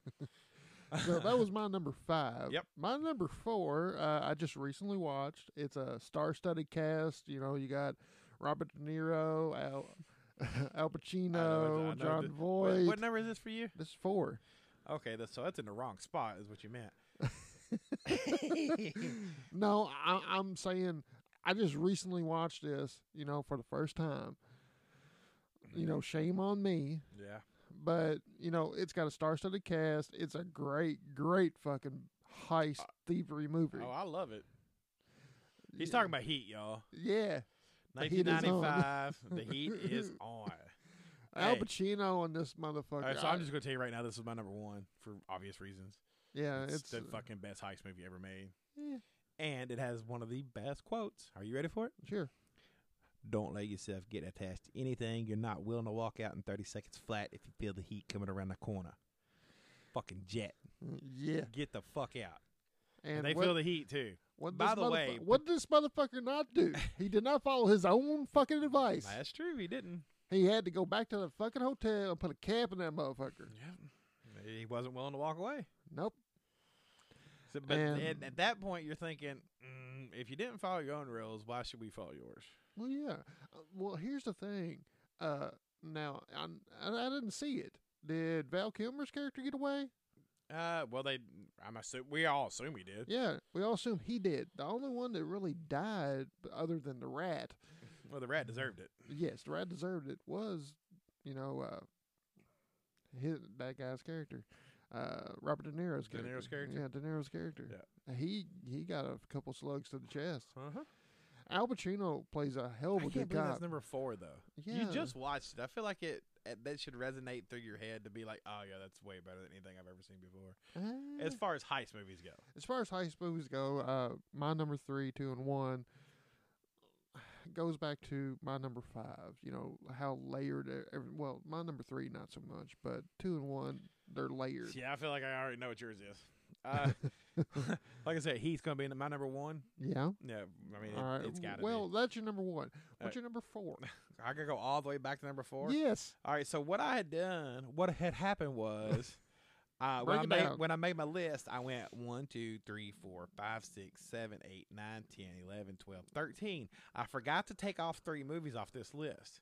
S2: So that
S1: <laughs>
S2: was my number five.
S1: Yep.
S2: My number four, uh, I just recently watched. It's a star-studded cast. You know, you got Robert De Niro, Al, <laughs> Al Pacino,
S1: know the-
S2: John
S1: What-
S2: Voight.
S1: what number is this for you?
S2: this is four.
S1: Okay, that's, so that's in the wrong spot, is what you
S2: <laughs>
S1: meant.
S2: No, I, I'm saying I just recently watched this. You know, for the first time. You
S1: Mm-hmm.
S2: know, shame on me.
S1: yeah.
S2: but you know it's got a star-studded cast. It's a great, great fucking heist thievery movie.
S1: Uh, Oh, I love it. He's talking about heat, y'all.
S2: yeah. The heat is on.
S1: 1995.
S2: <laughs>
S1: the heat is on.
S2: Al
S1: Hey.
S2: Pacino on this
S1: All
S2: motherfucker.
S1: right, so I'm
S2: I-
S1: just gonna tell you right now, this is my number one for obvious reasons.
S2: yeah,
S1: it's,
S2: it's
S1: the
S2: uh,
S1: fucking best heist movie ever made,
S2: yeah,
S1: and it has one of the best quotes. Are you ready for it?
S2: sure.
S1: Don't let yourself get attached to anything you're not willing to walk out in 30 seconds flat if you feel the heat coming around the corner. Fucking jet,
S2: Mm, Yeah,
S1: get the fuck out.
S2: and
S1: they
S2: what,
S1: feel the heat too.
S2: what
S1: by
S2: this
S1: the
S2: motherfu-
S1: way,
S2: what did this motherfucker not
S1: <laughs>
S2: do? He did not follow his own fucking advice.
S1: That's true. He didn't.
S2: He had to go back to the fucking hotel and put a cap in that motherfucker.
S1: Yep. He wasn't willing to walk away.
S2: Nope.
S1: So, but
S2: And-
S1: at, at that point, you're thinking, mm, if you didn't follow your own rules, why should we follow yours?
S2: Well, yeah. Uh, Well, here's the thing. Uh, now I, I I didn't see it. Did Val Kilmer's character get away?
S1: Uh, well, they, I'm assume we all assume he did.
S2: Yeah, we all assume he did. The only one that really died, b- other than the rat,
S1: Well, the rat deserved it.
S2: yes, the rat deserved it. Was you know, uh, his that guy's character, uh, Robert De Niro's
S1: De
S2: character.
S1: Niro's character?
S2: Yeah, De Niro's character. Uh, He he got a couple slugs to the chest.
S1: Uh-huh.
S2: Al Pacino plays a hell
S1: I
S2: of
S1: can't
S2: a Oh,
S1: believe
S2: good cop.
S1: that's number four though.
S2: Yeah.
S1: You just watched it. I feel like it, it that should resonate through your head to be like, oh yeah, that's way better than anything I've ever seen before.
S2: Ah.
S1: As far as heist movies go,
S2: as far as heist movies go, uh, my number three, two, and one <sighs> goes back to my number five. You know how layered. e- Every, well, my number three not so much, but two and one they're layered.
S1: Yeah, I feel like I already know what yours is.
S2: <laughs>
S1: Uh, <laughs> like I said, Heath's gonna be in my number one.
S2: Yeah.
S1: Yeah, I mean, it,
S2: All right.
S1: has gotta
S2: well, that's your number one.
S1: right.
S2: What's your number four?
S1: be. I could go all the way back to number <laughs> four.
S2: Yes.
S1: All right, so what I had done, what had happened
S2: <laughs>
S1: was, uh, when
S2: Break
S1: I
S2: it
S1: made
S2: down.
S1: when I made my list, I went one, two, three, four, five, six, seven, eight, nine, ten, eleven, twelve, thirteen. I forgot to take off three movies off this list,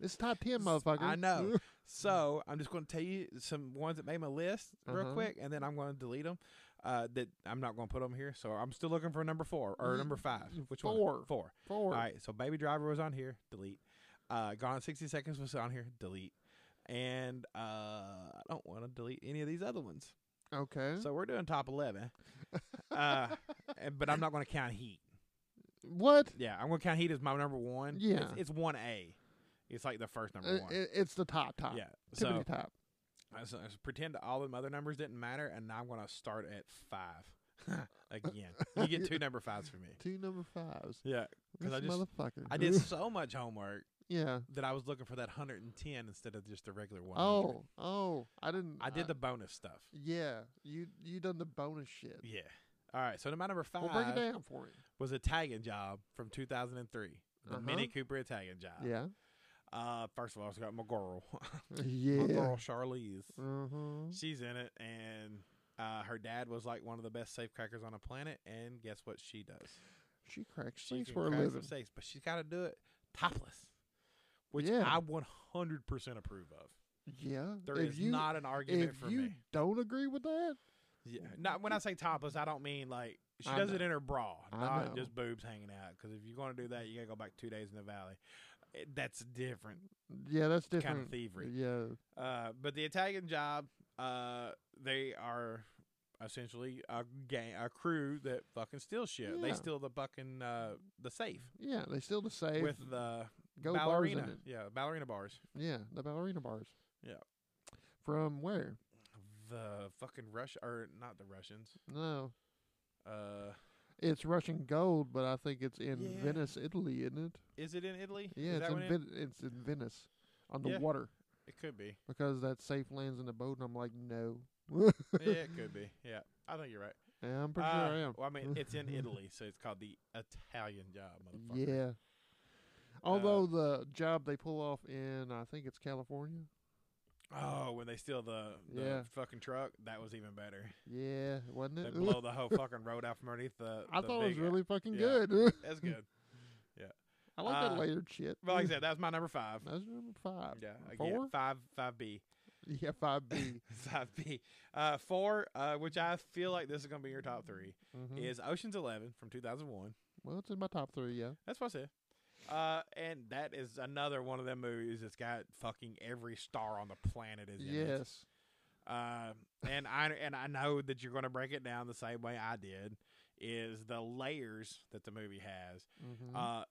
S2: It's top ten, motherfucker.
S1: I
S2: <laughs>
S1: know. so I'm just going to tell you some ones that made my list real
S2: Uh-huh.
S1: quick, and then I'm going to delete them. Uh, that I'm not going to put them here, so I'm still looking for number four or
S2: Ye-
S1: number five. Which
S2: four.
S1: one? Four.
S2: Four.
S1: All right, so Baby Driver was on here, delete. Uh, Gone in 60 Seconds was on here, delete. And uh, I don't want to delete any of these other ones.
S2: Okay.
S1: So we're doing top 11.
S2: <laughs>
S1: uh, and, but I'm not going to count Heat.
S2: what?
S1: Yeah, I'm going to count Heat as my number one.
S2: Yeah.
S1: It's, it's 1A. It's like the first number
S2: Uh, ah,
S1: one.
S2: it, it's the top top.
S1: yeah.
S2: Tippity
S1: So,
S2: top.
S1: I so I just pretend all the other numbers didn't matter, and now I'm going to start at
S2: <laughs>
S1: five again. You get two number fives for me.
S2: Two number fives.
S1: Yeah,
S2: This
S1: 'Cause I just-
S2: motherfucker.
S1: I
S2: <laughs>
S1: did so much homework.
S2: yeah.
S1: that I was looking for that 110 instead of just the regular one.
S2: Oh, oh, I didn't.
S1: I did the bonus stuff.
S2: Yeah, you you done the bonus shit.
S1: Yeah. All right. So my number
S2: Well, break it
S1: five
S2: down for me.
S1: was a tagging job from 2003. The
S2: Uh-huh.
S1: Mini Cooper Italian job.
S2: Yeah,
S1: Uh, first of all, it's got my girl, <laughs> my
S2: <laughs> yeah.
S1: girl Charlize.
S2: Uh-huh.
S1: She's in it, and uh, her dad was like one of the best safe crackers on the planet. And guess what she does?
S2: She cracks
S1: She
S2: sheets
S1: can
S2: for a
S1: crack some
S2: living.
S1: safes, but she's got to do it topless, which
S2: Yeah.
S1: I 100% approve of.
S2: Yeah,
S1: There is
S2: if you
S1: not an argument
S2: if
S1: for
S2: you
S1: me.
S2: don't agree with that,
S1: Yeah. Not when I say topless, I don't mean like she
S2: I
S1: does it
S2: know.
S1: in her bra,
S2: I
S1: not
S2: know.
S1: just boobs hanging out. Because if you're going to do that, you gotta go back two days in the valley. Eh, That's a different
S2: yeah, that's
S1: kind of
S2: different.
S1: thievery.
S2: yeah,
S1: Uh, but the Italian job, uh, they are essentially a gang, a crew that fucking steals shit. They
S2: Yeah.
S1: steal the fucking uh, the safe
S2: yeah, they still the same
S1: with the
S2: go bars in
S1: ballerina.
S2: it.
S1: Yeah, ballerina bars.
S2: Yeah, the ballerina bars.
S1: Yeah.
S2: From where?
S1: The fucking Rush or not the Russians.
S2: No,
S1: Uh,
S2: it's Russian gold, but I think it's in
S1: Yeah.
S2: Venice, Italy, isn't it?
S1: is it in Italy?
S2: Yeah,
S1: is
S2: it's
S1: that
S2: in
S1: when it-
S2: Ven- it's in Venice on the
S1: Yeah.
S2: water
S1: it could be.
S2: because that safe lands in the boat, and I'm like, no.
S1: yeah,
S2: <laughs>
S1: it could be. Yeah, I think you're right.
S2: Yeah, I'm pretty
S1: Uh,
S2: sure I am.
S1: Well, I mean, it's
S2: <laughs>
S1: in Italy, so it's called the Italian job, motherfucker. Uh,
S2: Yeah. Although the job they pull off in, I think it's California.
S1: Oh, when they steal the, the
S2: Yeah.
S1: fucking truck, that was even better.
S2: Yeah, wasn't
S1: They
S2: it?
S1: blow the whole fucking road out from underneath the.
S2: <laughs> I
S1: the
S2: thought it was
S1: big-
S2: really fucking
S1: yeah.
S2: good. <laughs>
S1: That's good.
S2: I like
S1: Uh,
S2: that layered shit.
S1: But like I said, that was my number five.
S2: <laughs> that's number five.
S1: Yeah, again,
S2: Uh, four.
S1: five, five B, <laughs>
S2: <laughs> Yeah, five B.
S1: five B, uh, four. Uh, which I feel like this is gonna be your top 3
S2: Mhm.
S1: is Ocean's Eleven from two thousand one.
S2: Well, it's in my top three. Yeah.
S1: That's what I said. Uh, and that is another one of them movies that's got fucking every star on the planet is in it.
S2: Yes.
S1: Uh, and I and I know that you're going to break it down the same way I did. Is the layers that the movie has?
S2: Mm-hmm.
S1: Uh,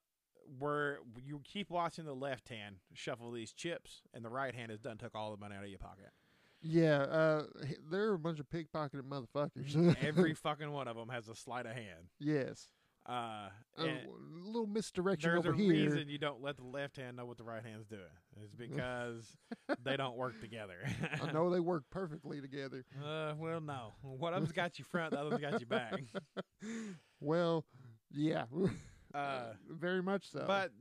S1: where you keep watching the left hand shuffle these chips, and the right hand has done took all the money out of your pocket.
S2: yeah. Uh, h- they're a bunch of pickpocketed motherfuckers. <laughs>
S1: Every fucking one of them has a sleight of hand.
S2: yes.
S1: Uh,
S2: A
S1: and
S2: w- little misdirection
S1: there's
S2: Oh,
S1: a
S2: over here.
S1: reason you don't let the left hand know what the right hand's doing. It's
S2: <laughs>
S1: because they don't work together.
S2: I know they work perfectly together.
S1: <laughs>
S2: <laughs>
S1: Uh, well, no. One of them's got you front, the other's got you back.
S2: <laughs> Well, yeah.
S1: Uh,
S2: Very much so.
S1: But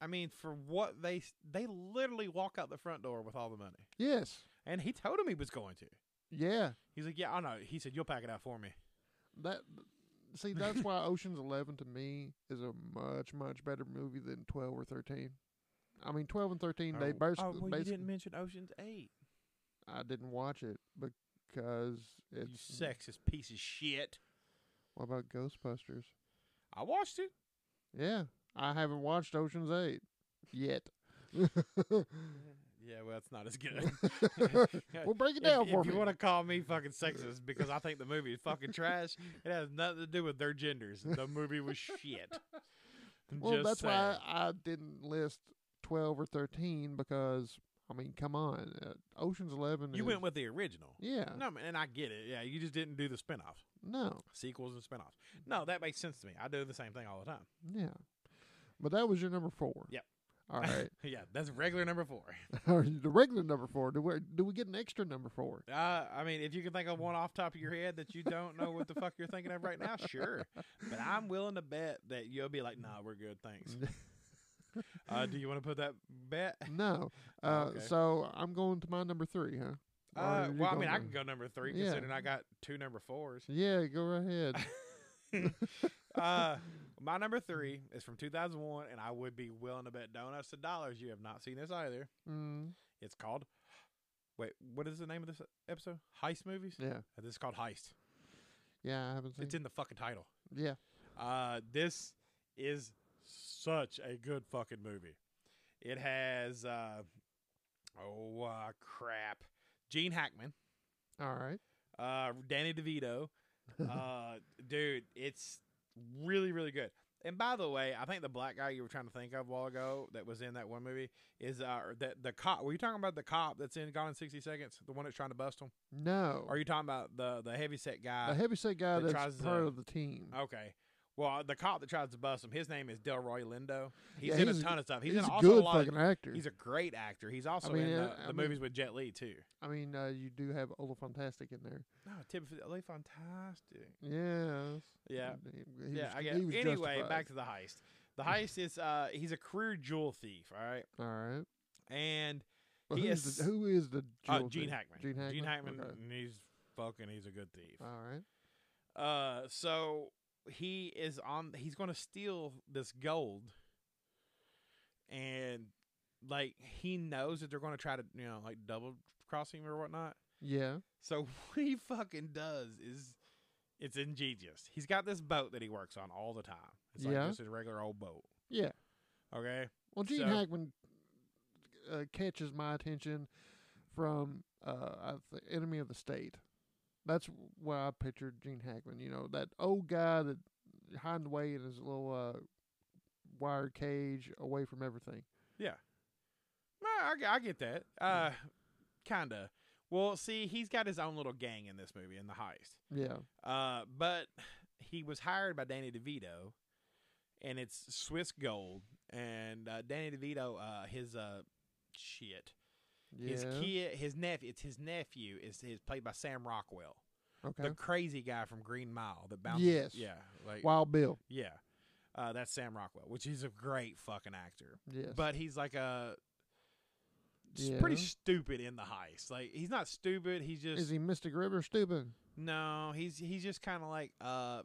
S1: I mean, for what they s- they literally walk out the front door with all the money,
S2: yes.
S1: and he told him he was going to.
S2: Yeah.
S1: He's like, "Yeah, I know." He said, "You'll pack it out for me."
S2: That see, that's why <laughs> Ocean's Eleven to me is a much much better movie than twelve or thirteen. I mean, twelve and thirteen, they
S1: oh,
S2: basically,
S1: oh, well, you
S2: basically
S1: didn't mention Ocean's Eight.
S2: I didn't watch it because
S1: you
S2: it's
S1: sexist piece of shit.
S2: What about Ghostbusters?
S1: I watched it.
S2: Yeah, I haven't watched Ocean's Eight yet. <laughs>
S1: Yeah, well, it's not as good. <laughs>
S2: <laughs> well, break it
S1: If-
S2: down
S1: if,
S2: for
S1: you
S2: me.
S1: want to call me fucking sexist because I think the movie is fucking trash, it has nothing to do with their genders. The movie was
S2: <laughs>
S1: shit.
S2: well,
S1: Just
S2: that's
S1: saying.
S2: why I didn't list twelve or thirteen because I mean, come on, uh, Ocean's Eleven.
S1: You
S2: is-
S1: went with the original.
S2: yeah,
S1: No, man, and I get it. Yeah, you just didn't do the spinoffs,
S2: no,
S1: sequels and spinoffs. No, that makes sense to me. I do the same thing all the time. <laughs>
S2: yeah. But that was your number four.
S1: Yep. <laughs>
S2: All right. <laughs>
S1: yeah, that's regular number four.
S2: Or the regular number four. Do we do we get an extra number
S1: <laughs>
S2: four?
S1: Uh, I mean, if you can think of one off top of your head that you don't know what the fuck you're thinking of right
S2: <laughs>
S1: now, sure. But I'm willing to bet that you'll be like, "Nah, we're good,
S2: <laughs>
S1: thanks." Uh, do you want to put that bet?
S2: no.
S1: Oh,
S2: Uh,
S1: okay.
S2: So I'm going to my number three, huh? Or
S1: Uh,
S2: you
S1: well, I
S2: going
S1: mean, I
S2: to-
S1: can go number three
S2: Yeah.
S1: considering I got two number fours.
S2: Yeah, go right
S1: <laughs>
S2: ahead.
S1: uh, my number three is from 2001, and I would be willing to bet donuts to dollars you have not seen this either.
S2: mm,
S1: It's called. Wait, what is the name of this episode? Heist movies.
S2: yeah,
S1: Uh, This is called Heist.
S2: yeah, I haven't seen.
S1: It's in the fucking title.
S2: yeah,
S1: Uh, this is such a good fucking movie. It has uh, oh uh, crap, Gene Hackman,
S2: all right.
S1: uh, Danny DeVito. Uh, dude, it's really really good. And by the way, I think the black guy you were trying to think of a while ago that was in that one movie is uh that the cop. Were you talking about the cop that's in Gone in sixty seconds, the one that's trying to bust him?
S2: no,
S1: Or are you talking about the the heavyset guy?
S2: the heavyset guy
S1: that
S2: that's
S1: tries
S2: part
S1: to- Oh,
S2: of the team.
S1: Okay. Well, the cop that tries to bust him, his name is Delroy Lindo. He's
S2: Yeah,
S1: in
S2: he's
S1: a
S2: a-
S1: ton of stuff. He's,
S2: he's
S1: in
S2: a
S1: also
S2: good
S1: a lot.
S2: fucking actor.
S1: Of, he's a great actor. He's also
S2: mean,
S1: in the,
S2: uh, I
S1: the
S2: mean-
S1: movies with Jet Li too.
S2: I mean, uh, you do have Fantastic in there.
S1: No, Timothy Lee, fantastic.
S2: Yes.
S1: Yeah,
S2: And He, he
S1: yeah.
S2: was,
S1: I get.
S2: He was
S1: Anyway,
S2: justified.
S1: back to the heist.
S2: <laughs>
S1: The heist is uh, he's a career jewel thief. All right,
S2: All right.
S1: and
S2: Well,
S1: He
S2: who's
S1: is-
S2: the, who is the
S1: uh,
S2: jewel
S1: Gene
S2: thief?
S1: Hackman.
S2: Gene Hackman.
S1: Gene Hackman.
S2: Okay.
S1: and He's fucking. He's a good thief.
S2: All right.
S1: Uh, so he is on. He's going to steal this gold, and like he knows that they're going to try to, you know, like double cross him or whatnot.
S2: Yeah.
S1: So <laughs> what he fucking does is, it's ingenious. He's got this boat that he works on all the time. It's like
S2: Yeah.
S1: just a regular old boat.
S2: Yeah.
S1: Okay.
S2: Well, Gene
S1: So-
S2: Hackman uh, catches my attention from uh, I th- Enemy of the State. That's where I pictured Gene Hackman. You know that old guy that hiding away in his little uh, wire cage, away from everything.
S1: Nah, I, get- I get that. Uh, kinda. Well, see, he's got his own little gang in this movie in the heist.
S2: Yeah,
S1: Uh, but he was hired by Danny DeVito, and it's Swiss Gold. And uh, Danny DeVito, uh, his uh, shit,
S2: yeah.
S1: his kid, his nephew, it's his nephew is is played by Sam Rockwell,
S2: okay.
S1: the crazy guy from Green Mile that bounces.
S2: Yes.
S1: yeah, like
S2: Wild Bill.
S1: yeah, uh, that's Sam Rockwell, which is a great fucking actor.
S2: Yes.
S1: But he's like a. s-
S2: Yeah.
S1: Pretty stupid in the heist. Like he's not stupid. He's just
S2: is he Mystic River stupid?
S1: no, he's he's just kind of like, uh,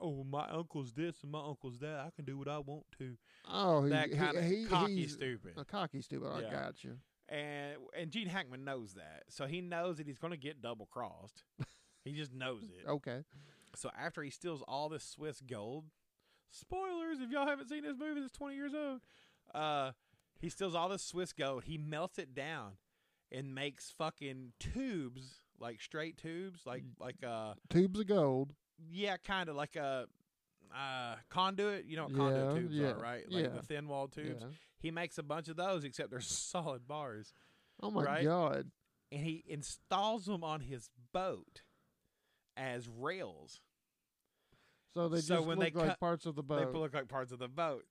S1: oh, my uncle's this and my uncle's that. I can do what I want to.
S2: Oh, he,
S1: That kind
S2: he, he,
S1: of cocky
S2: he's
S1: stupid.
S2: A cocky stupid. I
S1: Yeah.
S2: got you.
S1: And and Gene Hackman knows that, so he knows that he's going to get double
S2: <laughs>
S1: crossed. he just knows it.
S2: Okay.
S1: So after he steals all this Swiss gold, spoilers if y'all haven't seen this movie, that's twenty years old. Uh, he steals all this Swiss gold. He melts it down and makes fucking tubes, like straight tubes, like like uh
S2: Tubes of gold.
S1: yeah, kind of like a uh, conduit. You know what conduit
S2: Yeah,
S1: tubes
S2: yeah,
S1: are, right? Like
S2: yeah.
S1: the thin wall tubes.
S2: Yeah.
S1: He makes a bunch of those, except they're <laughs> solid bars,
S2: Oh my
S1: Right?
S2: god.
S1: and he installs them on his boat as rails.
S2: So they
S1: So
S2: just
S1: when they
S2: look like
S1: cut-
S2: parts of the boat.
S1: They look like parts of the boat.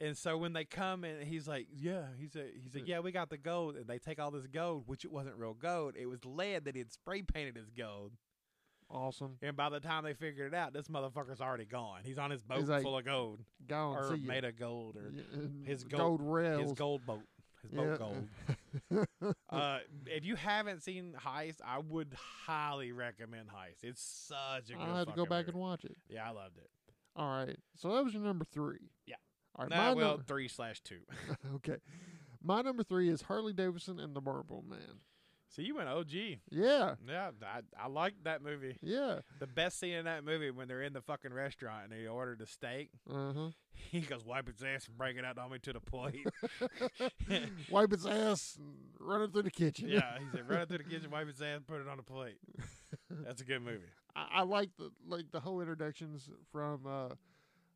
S1: And so when they come and he's like, yeah, he's a, he's like, yeah, we got the gold, and they take all this gold, which it wasn't real gold. It was lead that he had spray painted as gold.
S2: awesome.
S1: And by the time they figured it out, this motherfucker's already gone. He's on his boat
S2: like,
S1: full of gold,
S2: Go and
S1: or
S2: see ya.
S1: made of gold, or
S2: Yeah, and
S1: his
S2: gold,
S1: gold-
S2: rails.
S1: His
S2: <laughs>
S1: gold <laughs> boat. His boat gold.
S2: gold.
S1: Uh, if you haven't seen Heist, I would highly recommend Heist. It's such a good.
S2: I'll have to go
S1: fucking
S2: back
S1: movie.
S2: and watch it.
S1: Yeah, I loved it.
S2: All right. So that was your number three.
S1: Yeah.
S2: All right.
S1: Nah,
S2: my
S1: well,
S2: num-
S1: three slash two. <laughs>
S2: <laughs> okay. My number three is Harley Davidson and the Marble Man.
S1: So you went OG.
S2: Yeah.
S1: Yeah, I I liked that movie.
S2: Yeah.
S1: The best scene in that movie when they're in the fucking restaurant and they ordered a steak. <laughs>
S2: Uh huh.
S1: He goes wipe his ass and break it out on me to the
S2: <laughs>
S1: plate. <laughs>
S2: Wipe his ass and run it through the kitchen.
S1: yeah, he said run it through the kitchen, wipe his ass, put it on the plate. That's a good movie.
S2: <laughs> I, I like the like the whole introductions from uh,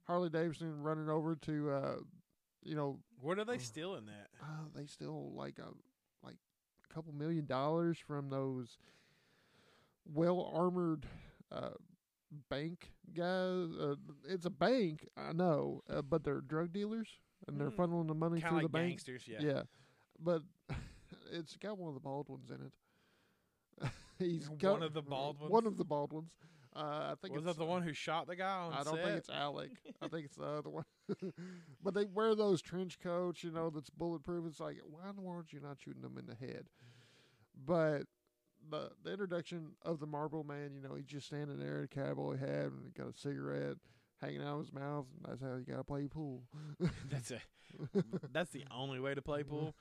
S2: Harley Davidson running over to uh, you know <laughs>
S1: What are they stealing that?
S2: uh, they still like a like a couple million dollars from those well armored uh, bank guys. Uh, it's a bank, I know, uh, but they're drug dealers and they're
S1: Mm.
S2: funneling the money
S1: Kind
S2: through
S1: of
S2: the
S1: like
S2: bank.
S1: gangsters, yeah.
S2: Yeah. but <laughs> it's got one of the Baldwins in it. <laughs> He's
S1: One
S2: got-
S1: of the
S2: One
S1: Baldwins?
S2: of the Baldwins. Uh, I think
S1: Was
S2: it's
S1: that the one who shot the guy on
S2: I don't
S1: set?
S2: think it's Alec. I think it's the other one. <laughs> but they wear those trench coats, you know, that's bulletproof. It's like, why in the world are you not shooting them in the head? But the the introduction of the Marble Man, you know, he's just standing there in a cowboy hat and he got a cigarette hanging out of his mouth, and that's how you gotta play pool.
S1: <laughs> That's a that's the only way to play pool.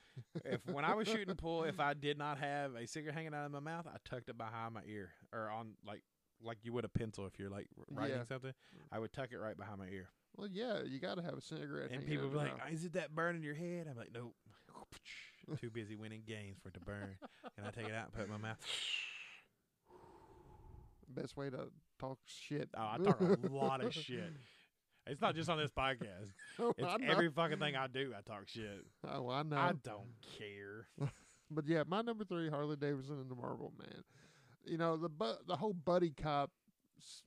S1: If when I was shooting pool, if I did not have a cigarette hanging out of my mouth, I tucked it behind my ear or on like like you would a pencil if you're like r- writing
S2: Yeah.
S1: something. I would tuck it right behind my ear,
S2: Well, yeah, you gotta have a cigarette.
S1: and
S2: hanging
S1: people
S2: out
S1: would be
S2: of
S1: like,
S2: your mouth.
S1: "Is it that burn in your head?" I'm like, "Nope." <laughs> Too busy winning games for it to burn, and I take it out and put it in my mouth.
S2: best way to talk shit.
S1: Oh, I
S2: <laughs>
S1: talk a lot of shit. It's not just on this podcast. <laughs>
S2: Oh,
S1: It's
S2: I know.
S1: every fucking thing I do. I talk shit.
S2: oh, I know.
S1: I don't care.
S2: But yeah, my number three, Harley Davidson and the Marble Man. You know the bu- the whole buddy cop s-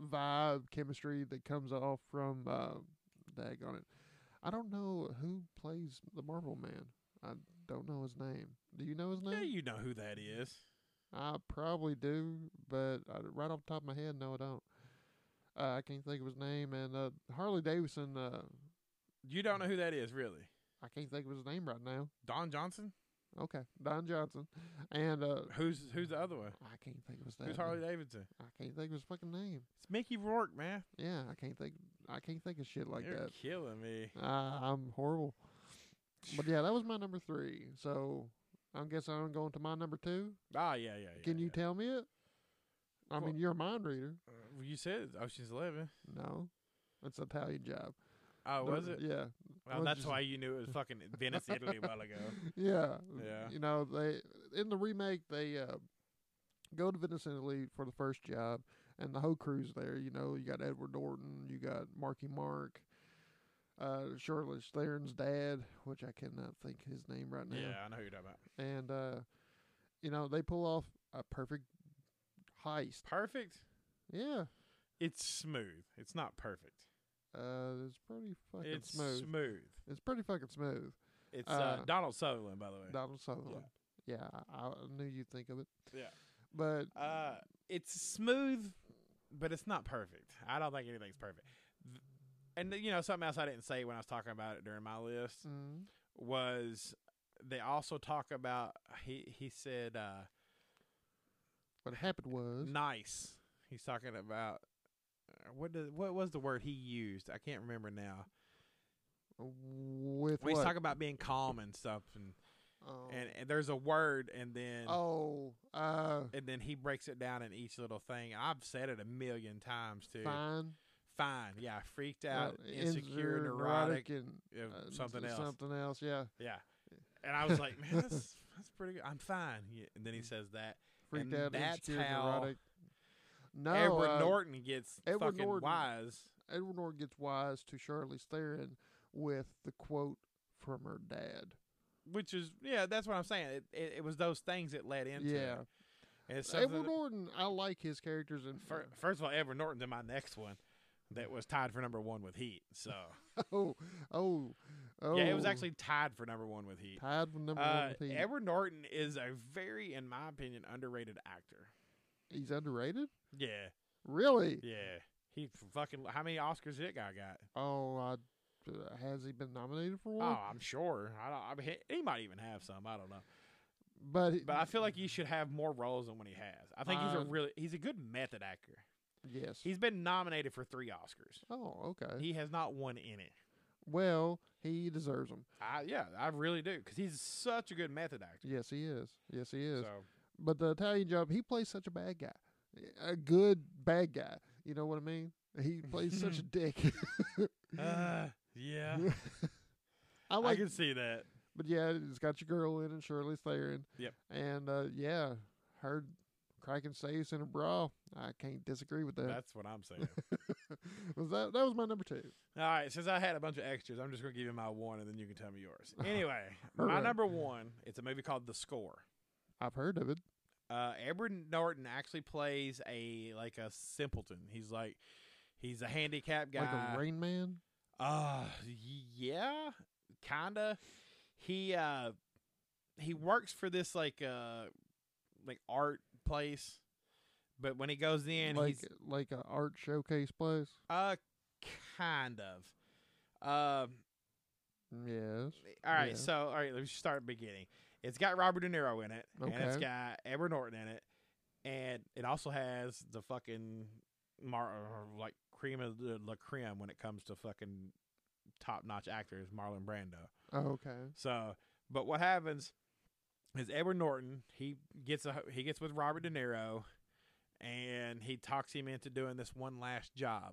S2: vibe chemistry that comes off from uh, dag on it. I don't know who plays the Marble Man. I don't know his name. Do you know his
S1: Yeah,
S2: name?
S1: you know who that is.
S2: I probably do, but I, right off the top of my head, no, I don't. Uh, I can't think of his name. And uh, Harley Davidson, uh,
S1: You don't know who that is, really.
S2: I can't think of his name right now.
S1: Don Johnson?
S2: Okay, Don Johnson, and uh,
S1: Who's who's the other one?
S2: I can't think of his name.
S1: Who's Harley Davidson?
S2: I can't think of his fucking name.
S1: It's Mickey Rourke, man.
S2: Yeah, I can't think. I can't think of shit like
S1: You're
S2: that.
S1: killing me.
S2: Uh, I'm horrible. But yeah, that was my number three. So I guess I'm going to my number two.
S1: Ah, yeah, yeah. yeah
S2: Can you
S1: yeah.
S2: tell me it? I
S1: Well-
S2: mean, you're a mind reader.
S1: Uh, well, you said it's Ocean's Eleven.
S2: No, it's Italian job.
S1: Oh,
S2: The-
S1: was it?
S2: Yeah,
S1: Well,
S2: well,
S1: that's
S2: just-
S1: why you knew it was fucking Venice, Italy, a while
S2: <laughs>
S1: ago.
S2: yeah,
S1: Yeah.
S2: You know, they in the remake they uh, go to Venice, Italy for the first job, and the whole crew's there. You know, you got Edward Norton, you got Marky Mark, uh, Charlotte Theron's dad, which I cannot think his name right now.
S1: Yeah, I know who you're talking about.
S2: and uh, you know they pull off a perfect heist.
S1: Perfect.
S2: Yeah,
S1: It's smooth. It's not perfect.
S2: uh, it's pretty fucking
S1: it's
S2: smooth.
S1: smooth.
S2: It's pretty fucking smooth.
S1: It's uh,
S2: Uh,
S1: Donald Sutherland, by the way.
S2: Donald Sutherland. Yeah, I, I knew you'd think of it.
S1: Yeah.
S2: but
S1: Uh, it's smooth, but it's not perfect. I don't think anything's perfect. Th- And you know, something else I didn't say when I was talking about it during my list
S2: mm,
S1: was they also talk about he he said uh,
S2: what happened was
S1: nice. He's talking about uh, what did, what was the word he used? I can't remember now.
S2: with
S1: We was
S2: what?
S1: talking about being calm and stuff, and,
S2: oh.
S1: and, and there's a word, and then
S2: oh, uh,
S1: and then he breaks it down in each little thing. I've said it a million times too.
S2: fine.
S1: Fine, yeah, freaked
S2: uh,
S1: out, insecure, neurotic,
S2: and
S1: uh,
S2: uh,
S1: something
S2: s-
S1: else.
S2: Something else. Yeah, <laughs>
S1: Yeah, and I was like, man, that's that's pretty good. I'm fine. Yeah. And then he says that
S2: freaked
S1: And
S2: out,
S1: that's
S2: insecure,
S1: how
S2: neurotic. No,
S1: Edward
S2: uh,
S1: Norton gets
S2: Edward
S1: fucking
S2: Norton.
S1: wise.
S2: Edward Norton gets wise to Charlize Theron with the quote from her dad.
S1: Which is yeah, that's what I'm saying. It it, it was those things that led into
S2: Yeah.
S1: it. And it's something
S2: Edward
S1: that-
S2: Norton, I like his characters in
S1: fir- first of all, Edward Norton's in my next one that was tied for number one with Heat. So
S2: <laughs> oh, oh, oh.
S1: yeah, it was actually tied for number one with Heat.
S2: tied with number
S1: Uh,
S2: one. With Heat.
S1: Edward Norton is a very, in my opinion, underrated actor.
S2: He's underrated.
S1: Yeah,
S2: Really?
S1: yeah. He fucking how many Oscars did that guy got?
S2: Oh, I, uh, has he been nominated for one?
S1: Oh, I'm sure. I don't. I mean, he, he might even have some. I don't know.
S2: but he-
S1: But I feel like he should have more roles than what he has. I think he's a
S2: Uh,
S1: really he's a good method actor.
S2: <laughs> yes.
S1: He's been nominated for three Oscars.
S2: oh, okay.
S1: He has not won any.
S2: well, he deserves them.
S1: I yeah, I really do because he's such a good method actor.
S2: Yes, he is. Yes, he is.
S1: So
S2: But the Italian job, he plays such a bad guy, a good bad guy. You know what I mean?
S1: <laughs>
S2: He plays such a dick. <laughs>
S1: uh, yeah,
S2: I
S1: I,
S2: like,
S1: can see that.
S2: but yeah, it's got your girl in and Shirley's Theron.
S1: Yep.
S2: And uh, yeah, her cracking safes in a bra. I can't disagree with that.
S1: That's what I'm saying. <laughs>
S2: <laughs> was that that was my number two?
S1: All right, since I had a bunch of extras, I'm just
S2: <laughs>
S1: gonna give you my one, and then you can tell me yours. Anyway,
S2: All
S1: my
S2: right.
S1: number one. It's a movie called The Score.
S2: I've heard of it.
S1: Uh, Edward Norton actually plays a like a simpleton. He's like he's a handicapped guy.
S2: Like a Rain Man.
S1: Uh yeah, kinda. He uh he works for this like uh like art place, but when he goes in,
S2: like uh,
S1: he's
S2: like a art showcase place.
S1: uh kind of. Um.
S2: Yes.
S1: All right.
S2: Yeah.
S1: So all right, let's start at the beginning. It's got Robert De Niro in it, and it's
S2: Okay.
S1: got Edward Norton in it, and it also has the fucking Mar or like cream of the la creme when it comes to fucking top notch actors, Marlon Brando.
S2: Oh, okay.
S1: So, but what happens is Edward Norton he gets a he gets with Robert De Niro, and he talks him into doing this one last job,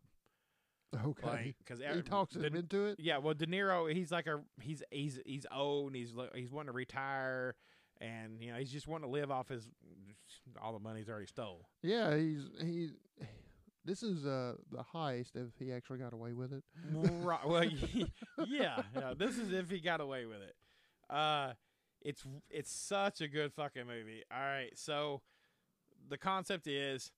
S2: Okay.
S1: like because
S2: he talks him into it.
S1: yeah, well, De Niro, he's like a he's he's he's old. And he's lo- he's wanting to retire, and you know he's just wanting to live off his all the money he's already stole.
S2: Yeah, he's he. This is uh the highest if he actually got away with it.
S1: right. Well, <laughs> yeah, yeah. This is if he got away with it. Uh, it's it's such a good fucking movie. All right, so the concept is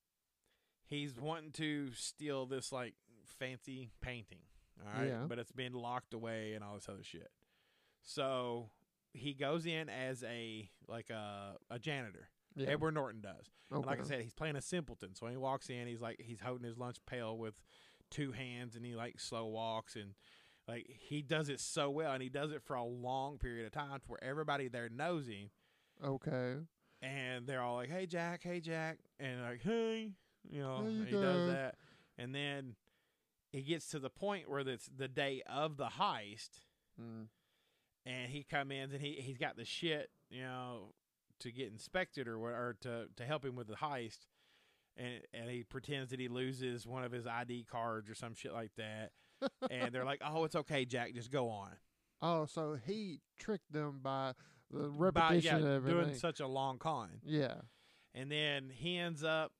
S1: he's wanting to steal this like fancy painting. All right,
S2: Yeah.
S1: but it's been locked away and all this other shit. So he goes in as a like a a janitor.
S2: Yeah.
S1: Edward Norton does. And
S2: okay.
S1: like I said, he's playing a simpleton. So when he walks in, he's like he's holding his lunch pail with two hands, and he like slow walks and like he does it so well, and he does it for a long period of time to where everybody there knows him,
S2: Okay.
S1: and they're all like, "Hey Jack, hey Jack," and like, "Hey," you know,
S2: Hey,
S1: he does
S2: Jack.
S1: that, and then he gets to the point where it's the day of the heist,
S2: Mm.
S1: and he comes in and he he's got the shit, you know, to get inspected or what, or to to help him with the heist, and and he pretends that he loses one of his ID cards or some shit like
S2: <laughs>
S1: that, and they're like, "Oh, it's okay, Jack, just go on."
S2: Oh, so he tricked them by the
S1: By, yeah,
S2: repetition of everything.
S1: doing such a long con,
S2: yeah.
S1: and then he ends up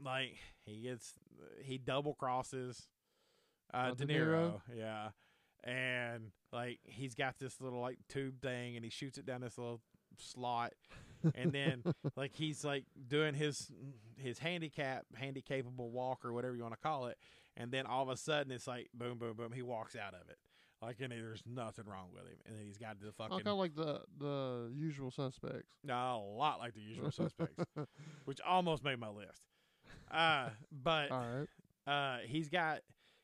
S1: like he gets he double crosses uh,
S2: Oh,
S1: De
S2: De
S1: Niro, yeah, and like he's got this little like tube thing, and he shoots it down this little slot, and <laughs> then like he's like doing his his handicap handicapable walk or whatever you want to call it, and then all of a sudden it's like boom boom boom he walks out of it. Like and there's nothing wrong with him, and then he's got the
S2: Oh,
S1: fucking
S2: kind of like the the usual suspects.
S1: a lot like the usual suspects
S2: <laughs>
S1: which almost made my list. Uh, but
S2: All right.
S1: uh, he's got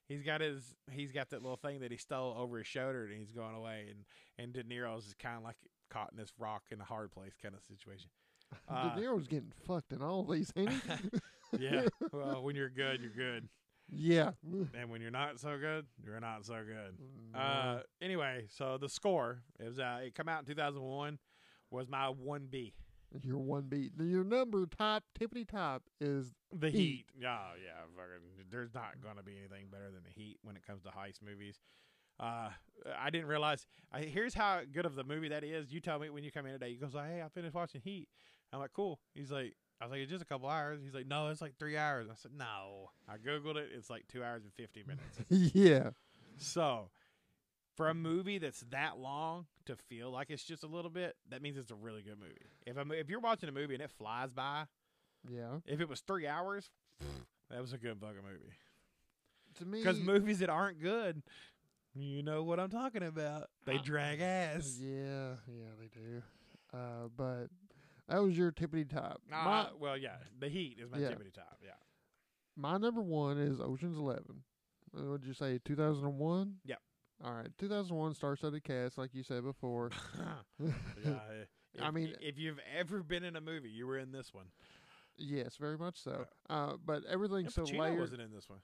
S1: he's got his he's got that little thing that he stole over his shoulder, and he's going away. And and De Niro's is kind of like caught in this rock in a hard place kind of situation. <laughs> Uh,
S2: De Niro's getting fucked in all these, ain't
S1: <laughs>
S2: he? <laughs>
S1: yeah. well, when you're good, you're good,
S2: yeah.
S1: and when you're not so good, you're not so good. Uh,
S2: No.
S1: anyway, so the score it was uh, it come out in 2001 was my one B.
S2: your one beat. Your number top, tippity top, is
S1: The Heat.
S2: Heat.
S1: Yeah, yeah, fucking. There's not gonna be anything better than the Heat when it comes to heist movies. Uh, I didn't realize. I, here's how good of the movie that is. You tell me when you come in today. He goes like, "Hey, I finished watching Heat." I'm like, "Cool." He's like, "I was like, it's just a couple hours." He's like, "No, it's like three hours." I said, "No." I googled it. It's like two hours and fifty minutes. <laughs>
S2: yeah.
S1: so, for a movie that's that long to feel like it's just a little bit, that means it's a really good movie. If I'm, if you're watching a movie and it flies by,
S2: Yeah.
S1: if it was three hours, that was a good fucking movie.
S2: To me,
S1: Because movies that aren't good, you know what I'm talking about. They
S2: Uh,
S1: drag ass.
S2: Yeah, yeah, they do. Uh, but that was your tippity top.
S1: Nah,
S2: My,
S1: well, yeah, the heat is my
S2: Yeah.
S1: tippity top.
S2: <laughs>
S1: Yeah,
S2: my number one is Ocean's Eleven. Uh, What'd you say, 2001?
S1: Yep.
S2: All right, 2001 star-studded cast, like you
S1: <laughs>
S2: said before.
S1: yeah. eh, If,
S2: I mean-
S1: if you've ever been in a movie, you were in this one.
S2: yes, very much so. Uh, but everything's so
S1: And Pacino
S2: layered.
S1: wasn't in this one.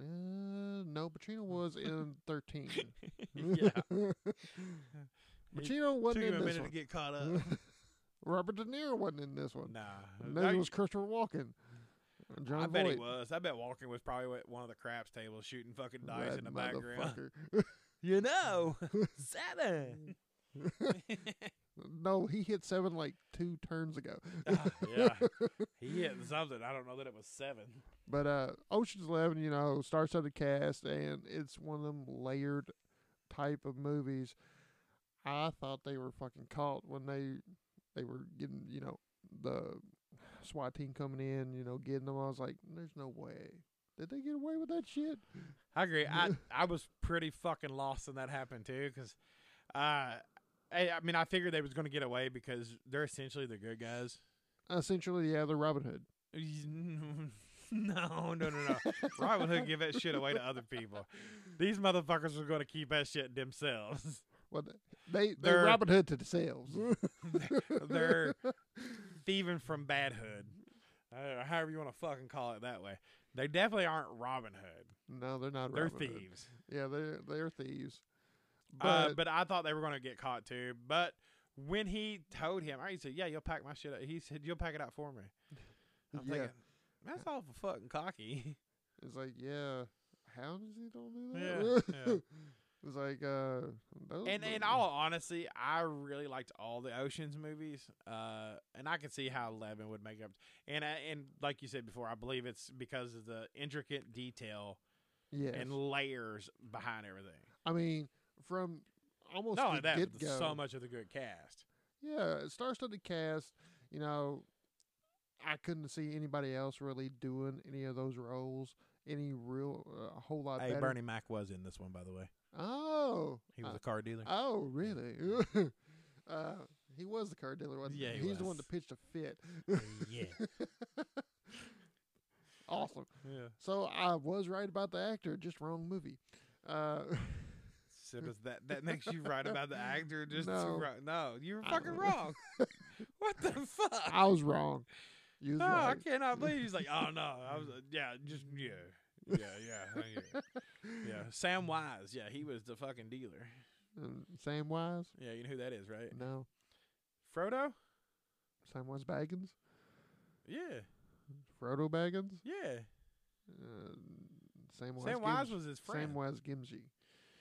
S2: uh, no, Pacino
S1: <laughs>
S2: was in <laughs> 13.
S1: yeah, He
S2: Pacino
S1: took
S2: wasn't
S1: him
S2: in
S1: a
S2: this
S1: minute to
S2: one.
S1: get uh, caught
S2: <laughs>
S1: up.
S2: Robert De Niro wasn't in this one.
S1: nah,
S2: Neither
S1: I,
S2: was Christopher Walken. And John
S1: I bet he
S2: Voight.
S1: was. I bet Walken was probably at one of the craps tables shooting fucking dice
S2: That
S1: in the background.
S2: motherfucker.
S1: <laughs> You
S2: <laughs>
S1: know, Saturn.
S2: No, he hit seven like two turns ago.
S1: Ah, <laughs> yeah, he hit something. I don't know that it was seven.
S2: But uh Ocean's Eleven, you know, starts out the cast and it's one of them layered type of movies. I thought they were fucking caught when they they were getting, you know, the SWAT team coming in, you know, getting them. I was like, there's no way. Did they get away with that shit?
S1: I agree. <laughs> I I was pretty fucking lost when that happened too, because, uh, I, I mean, I figured they was gonna get away because they're essentially the good <laughs> guys.
S2: Essentially, yeah, they're Robin Hood.
S1: No, no, no, <laughs> no. Robin Hood give that shit away to other people. These motherfuckers are gonna keep that shit themselves. <laughs>
S2: Well, they they
S1: They're-
S2: they're Robin Hood to themselves.
S1: They're thieving from bad hood, uh, however you want to fucking call it that way. They definitely aren't Robin Hood.
S2: no, they're not.
S1: They're
S2: Robin Hood.
S1: thieves.
S2: Yeah, they're they're thieves. But,
S1: But, uh, but I thought they were going to get caught too. But when he told him, I said, "Yeah, you'll pack my shit up." He said, "You'll pack it up for me." I'm
S2: yeah,
S1: thinking, that's awful fucking
S2: <laughs>
S1: cocky.
S2: it's like yeah, how does he don't
S1: <laughs>
S2: do
S1: Yeah,
S2: that?
S1: yeah.
S2: <laughs> it's like uh, those-
S1: And in all honesty, I really liked all the Ocean's movies, uh, and I could see how Eleven would make up. And I, and like you said before, I believe it's because of the intricate detail
S2: yes.
S1: and layers behind everything.
S2: I mean from almost
S1: Not
S2: the
S1: only that,
S2: get
S1: but
S2: go.
S1: so much of the good cast.
S2: Yeah, star-studded cast. You know, I couldn't see anybody else really doing any of those roles any real uh, a whole lot better.
S1: Mac was in this one, by the way.
S2: Oh, I-
S1: a car
S2: <laughs>
S1: dealer.
S2: Oh, really? <laughs> uh, he was the car dealer, wasn't he?
S1: Yeah, he
S2: He's the one
S1: was.
S2: that pitched a fit. <laughs>
S1: yeah.
S2: awesome.
S1: yeah.
S2: So I was right about the actor, just wrong movie. Uh, <laughs>
S1: So does that that makes you right about the actor? Just no,
S2: No.
S1: no you were
S2: I
S1: fucking
S2: don't-
S1: wrong. what the fuck?
S2: I was wrong. You was
S1: No, I
S2: right.
S1: cannot believe he's like, oh no, I was, yeah, just yeah, yeah, yeah, yeah, yeah. Sam Wise, yeah, he was the fucking dealer.
S2: Um, Samwise?
S1: Yeah, you know who that is, right?
S2: No,
S1: Frodo.
S2: Samwise Baggins,
S1: Yeah,
S2: Frodo Baggins,
S1: yeah.
S2: uh, Samwise.
S1: Sam Wise
S2: Gimgee.
S1: was his friend.
S2: Samwise Gimgee.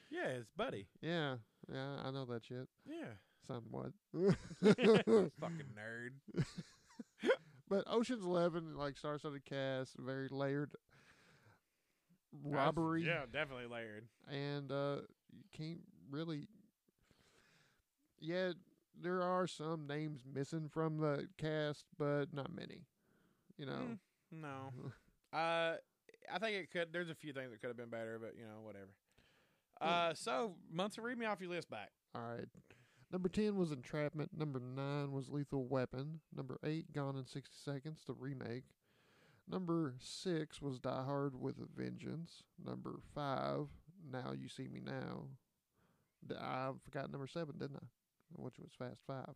S1: yeah, his buddy.
S2: Yeah, yeah, I know that shit.
S1: Yeah, <laughs>
S2: Somewhat. <laughs>
S1: fucking nerd.
S2: But Ocean's Eleven, like Star Studded cast, very layered
S1: That's-
S2: robbery,
S1: Yeah, definitely layered.
S2: and uh, you can't really. Yeah, there are some names missing from the cast, but not many. You know,
S1: Mm, <laughs> No. Uh, I think it could. There's a few things that could have been better, but you know, whatever. Uh, so Munson, read me off your list back.
S2: all right. Number ten was Entrapment. Number nine was Lethal Weapon. Number eight, Gone in sixty seconds, the remake. Number six was Die Hard with a Vengeance. Number five, Now You See Me Now. D- I forgot number seven, didn't I? Which was Fast Five.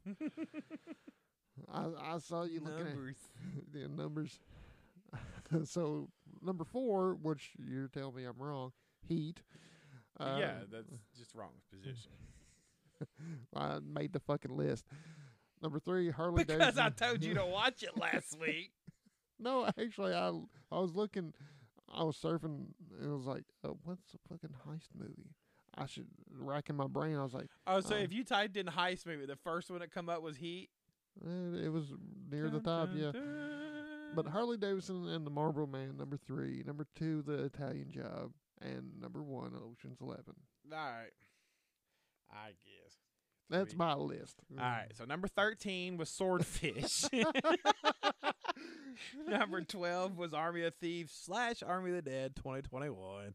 S2: I, I saw you looking at <laughs> the numbers. <laughs> so number four, which you're telling me I'm wrong, Heat.
S1: yeah,
S2: Um,
S1: that's just wrong position.
S2: I made the fucking list. Number three, Harley
S1: Because
S2: Davidson.
S1: I told you to watch it last week.
S2: No, <laughs> actually, I I was looking, I was surfing, and it was like, uh, what's a fucking heist movie? I should rack in my brain. I was like,
S1: Oh, so
S2: Oh.
S1: if you typed in heist movie, the first one that come up was Heat.
S2: eh, it was near the top, yeah. But Harley Davidson and the Marlboro Man, number three, number two, The Italian Job, and number one, Ocean's Eleven.
S1: all right, I guess
S2: That's
S1: Sweet.
S2: my list.
S1: All right, so number 13 was Swordfish.
S2: <laughs>
S1: <laughs> number 12 was Army of Thieves slash Army of the Dead 2021.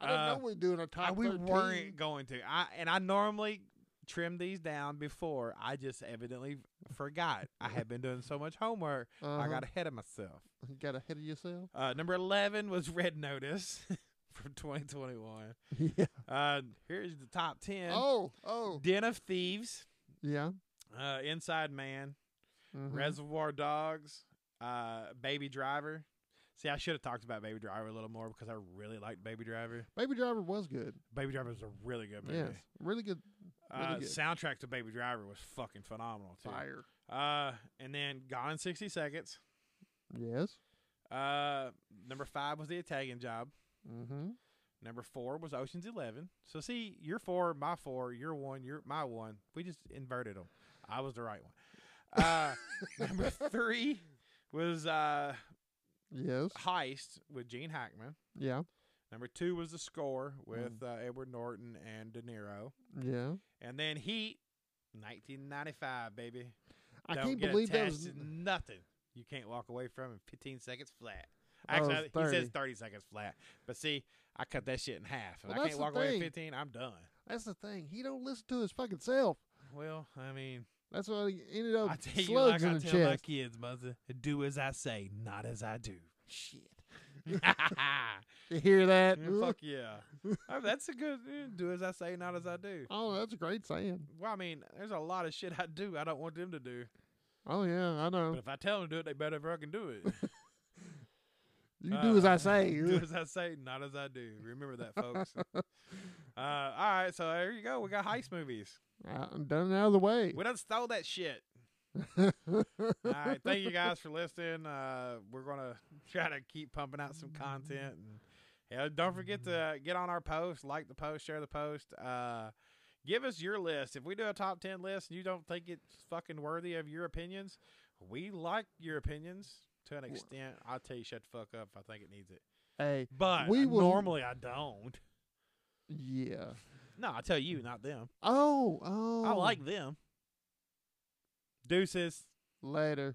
S2: I don't
S1: Uh,
S2: know we're doing a
S1: I-
S2: top.
S1: we
S2: 13.
S1: weren't going to. I And I normally trim these down before. I just evidently forgot. I had been doing so much homework, I
S2: Uh-huh. <laughs>
S1: got ahead of myself.
S2: You got ahead of yourself.
S1: Uh, number 11 was Red Notice <laughs> from 2021.
S2: Yeah.
S1: Uh, here's the top 10
S2: Oh, oh,
S1: Den of Thieves,
S2: yeah.
S1: uh, Inside Man.
S2: Mhm.
S1: Reservoir Dogs, uh, Baby Driver. See, I should have talked about Baby Driver a little more because I really liked Baby Driver.
S2: Baby Driver was good.
S1: Baby Driver was a really good movie.
S2: Yes, really good. really
S1: uh,
S2: good.
S1: soundtrack to Baby Driver was fucking phenomenal too.
S2: Fire.
S1: Uh, and then Gone in sixty seconds.
S2: Yes.
S1: Uh, number five was The Italian Job.
S2: Mm-hmm.
S1: Number four was Ocean's Eleven. So see, your four, my four, your one, your my one. We just inverted them. I was the right one. Uh, number three was uh,
S2: Yes.
S1: Heist with Gene Hackman.
S2: Yeah.
S1: Number two was The Score with uh, Edward Norton and De Niro.
S2: Yeah.
S1: And then Heat, 1995, baby.
S2: I
S1: Don't
S2: can't
S1: get
S2: believe that
S1: attached
S2: was
S1: to nothing. You can't walk away from in 15 seconds flat.
S2: I thought Oh, it
S1: Actually,
S2: was
S1: I- he
S2: 30.
S1: says 30 seconds flat. But see, I cut that shit in half. If
S2: Well,
S1: I
S2: that's
S1: can't
S2: the
S1: walk away in
S2: thing.
S1: 15. I'm done.
S2: that's the thing. He don't listen to his fucking self.
S1: Well, I mean,
S2: That's why he ended up
S1: I tell you
S2: slugs
S1: like I
S2: in
S1: tell
S2: the
S1: my
S2: chest.
S1: kids, mother, do as I say, not as I do.
S2: Shit.
S1: <laughs> Yeah,
S2: You hear that?
S1: Fuck
S2: <laughs>
S1: yeah. Oh, that's a good eh, do as I say, not as I do.
S2: Oh, that's a great saying.
S1: Well, I mean, there's a lot of shit I do I don't want them to do.
S2: Oh yeah, I know.
S1: But if I tell them to do it, they better fucking do it.
S2: You do as I
S1: Uh,
S2: say.
S1: <laughs> do
S2: <laughs>
S1: as I say, not as I do. Remember that, folks. uh, all right, so there you go. We got heist movies.
S2: I'm done and out of the way.
S1: We done stole that shit. All right, thank you guys for listening. Uh, we're gonna <laughs> try to keep pumping out some content, and yeah, don't forget to get on our post, like the post, share the post. Uh, give us your list. If we do a top ten list and you don't think it's fucking worthy of your opinions, we like your opinions to an extent. I'll tell you, shut the fuck up. if I think it needs it,
S2: hey,
S1: but
S2: We
S1: we
S2: will-
S1: normally I don't.
S2: yeah.
S1: No, I tell you, not them.
S2: Oh,
S1: <laughs>
S2: oh. <laughs>
S1: I like them. Deuces.
S2: later.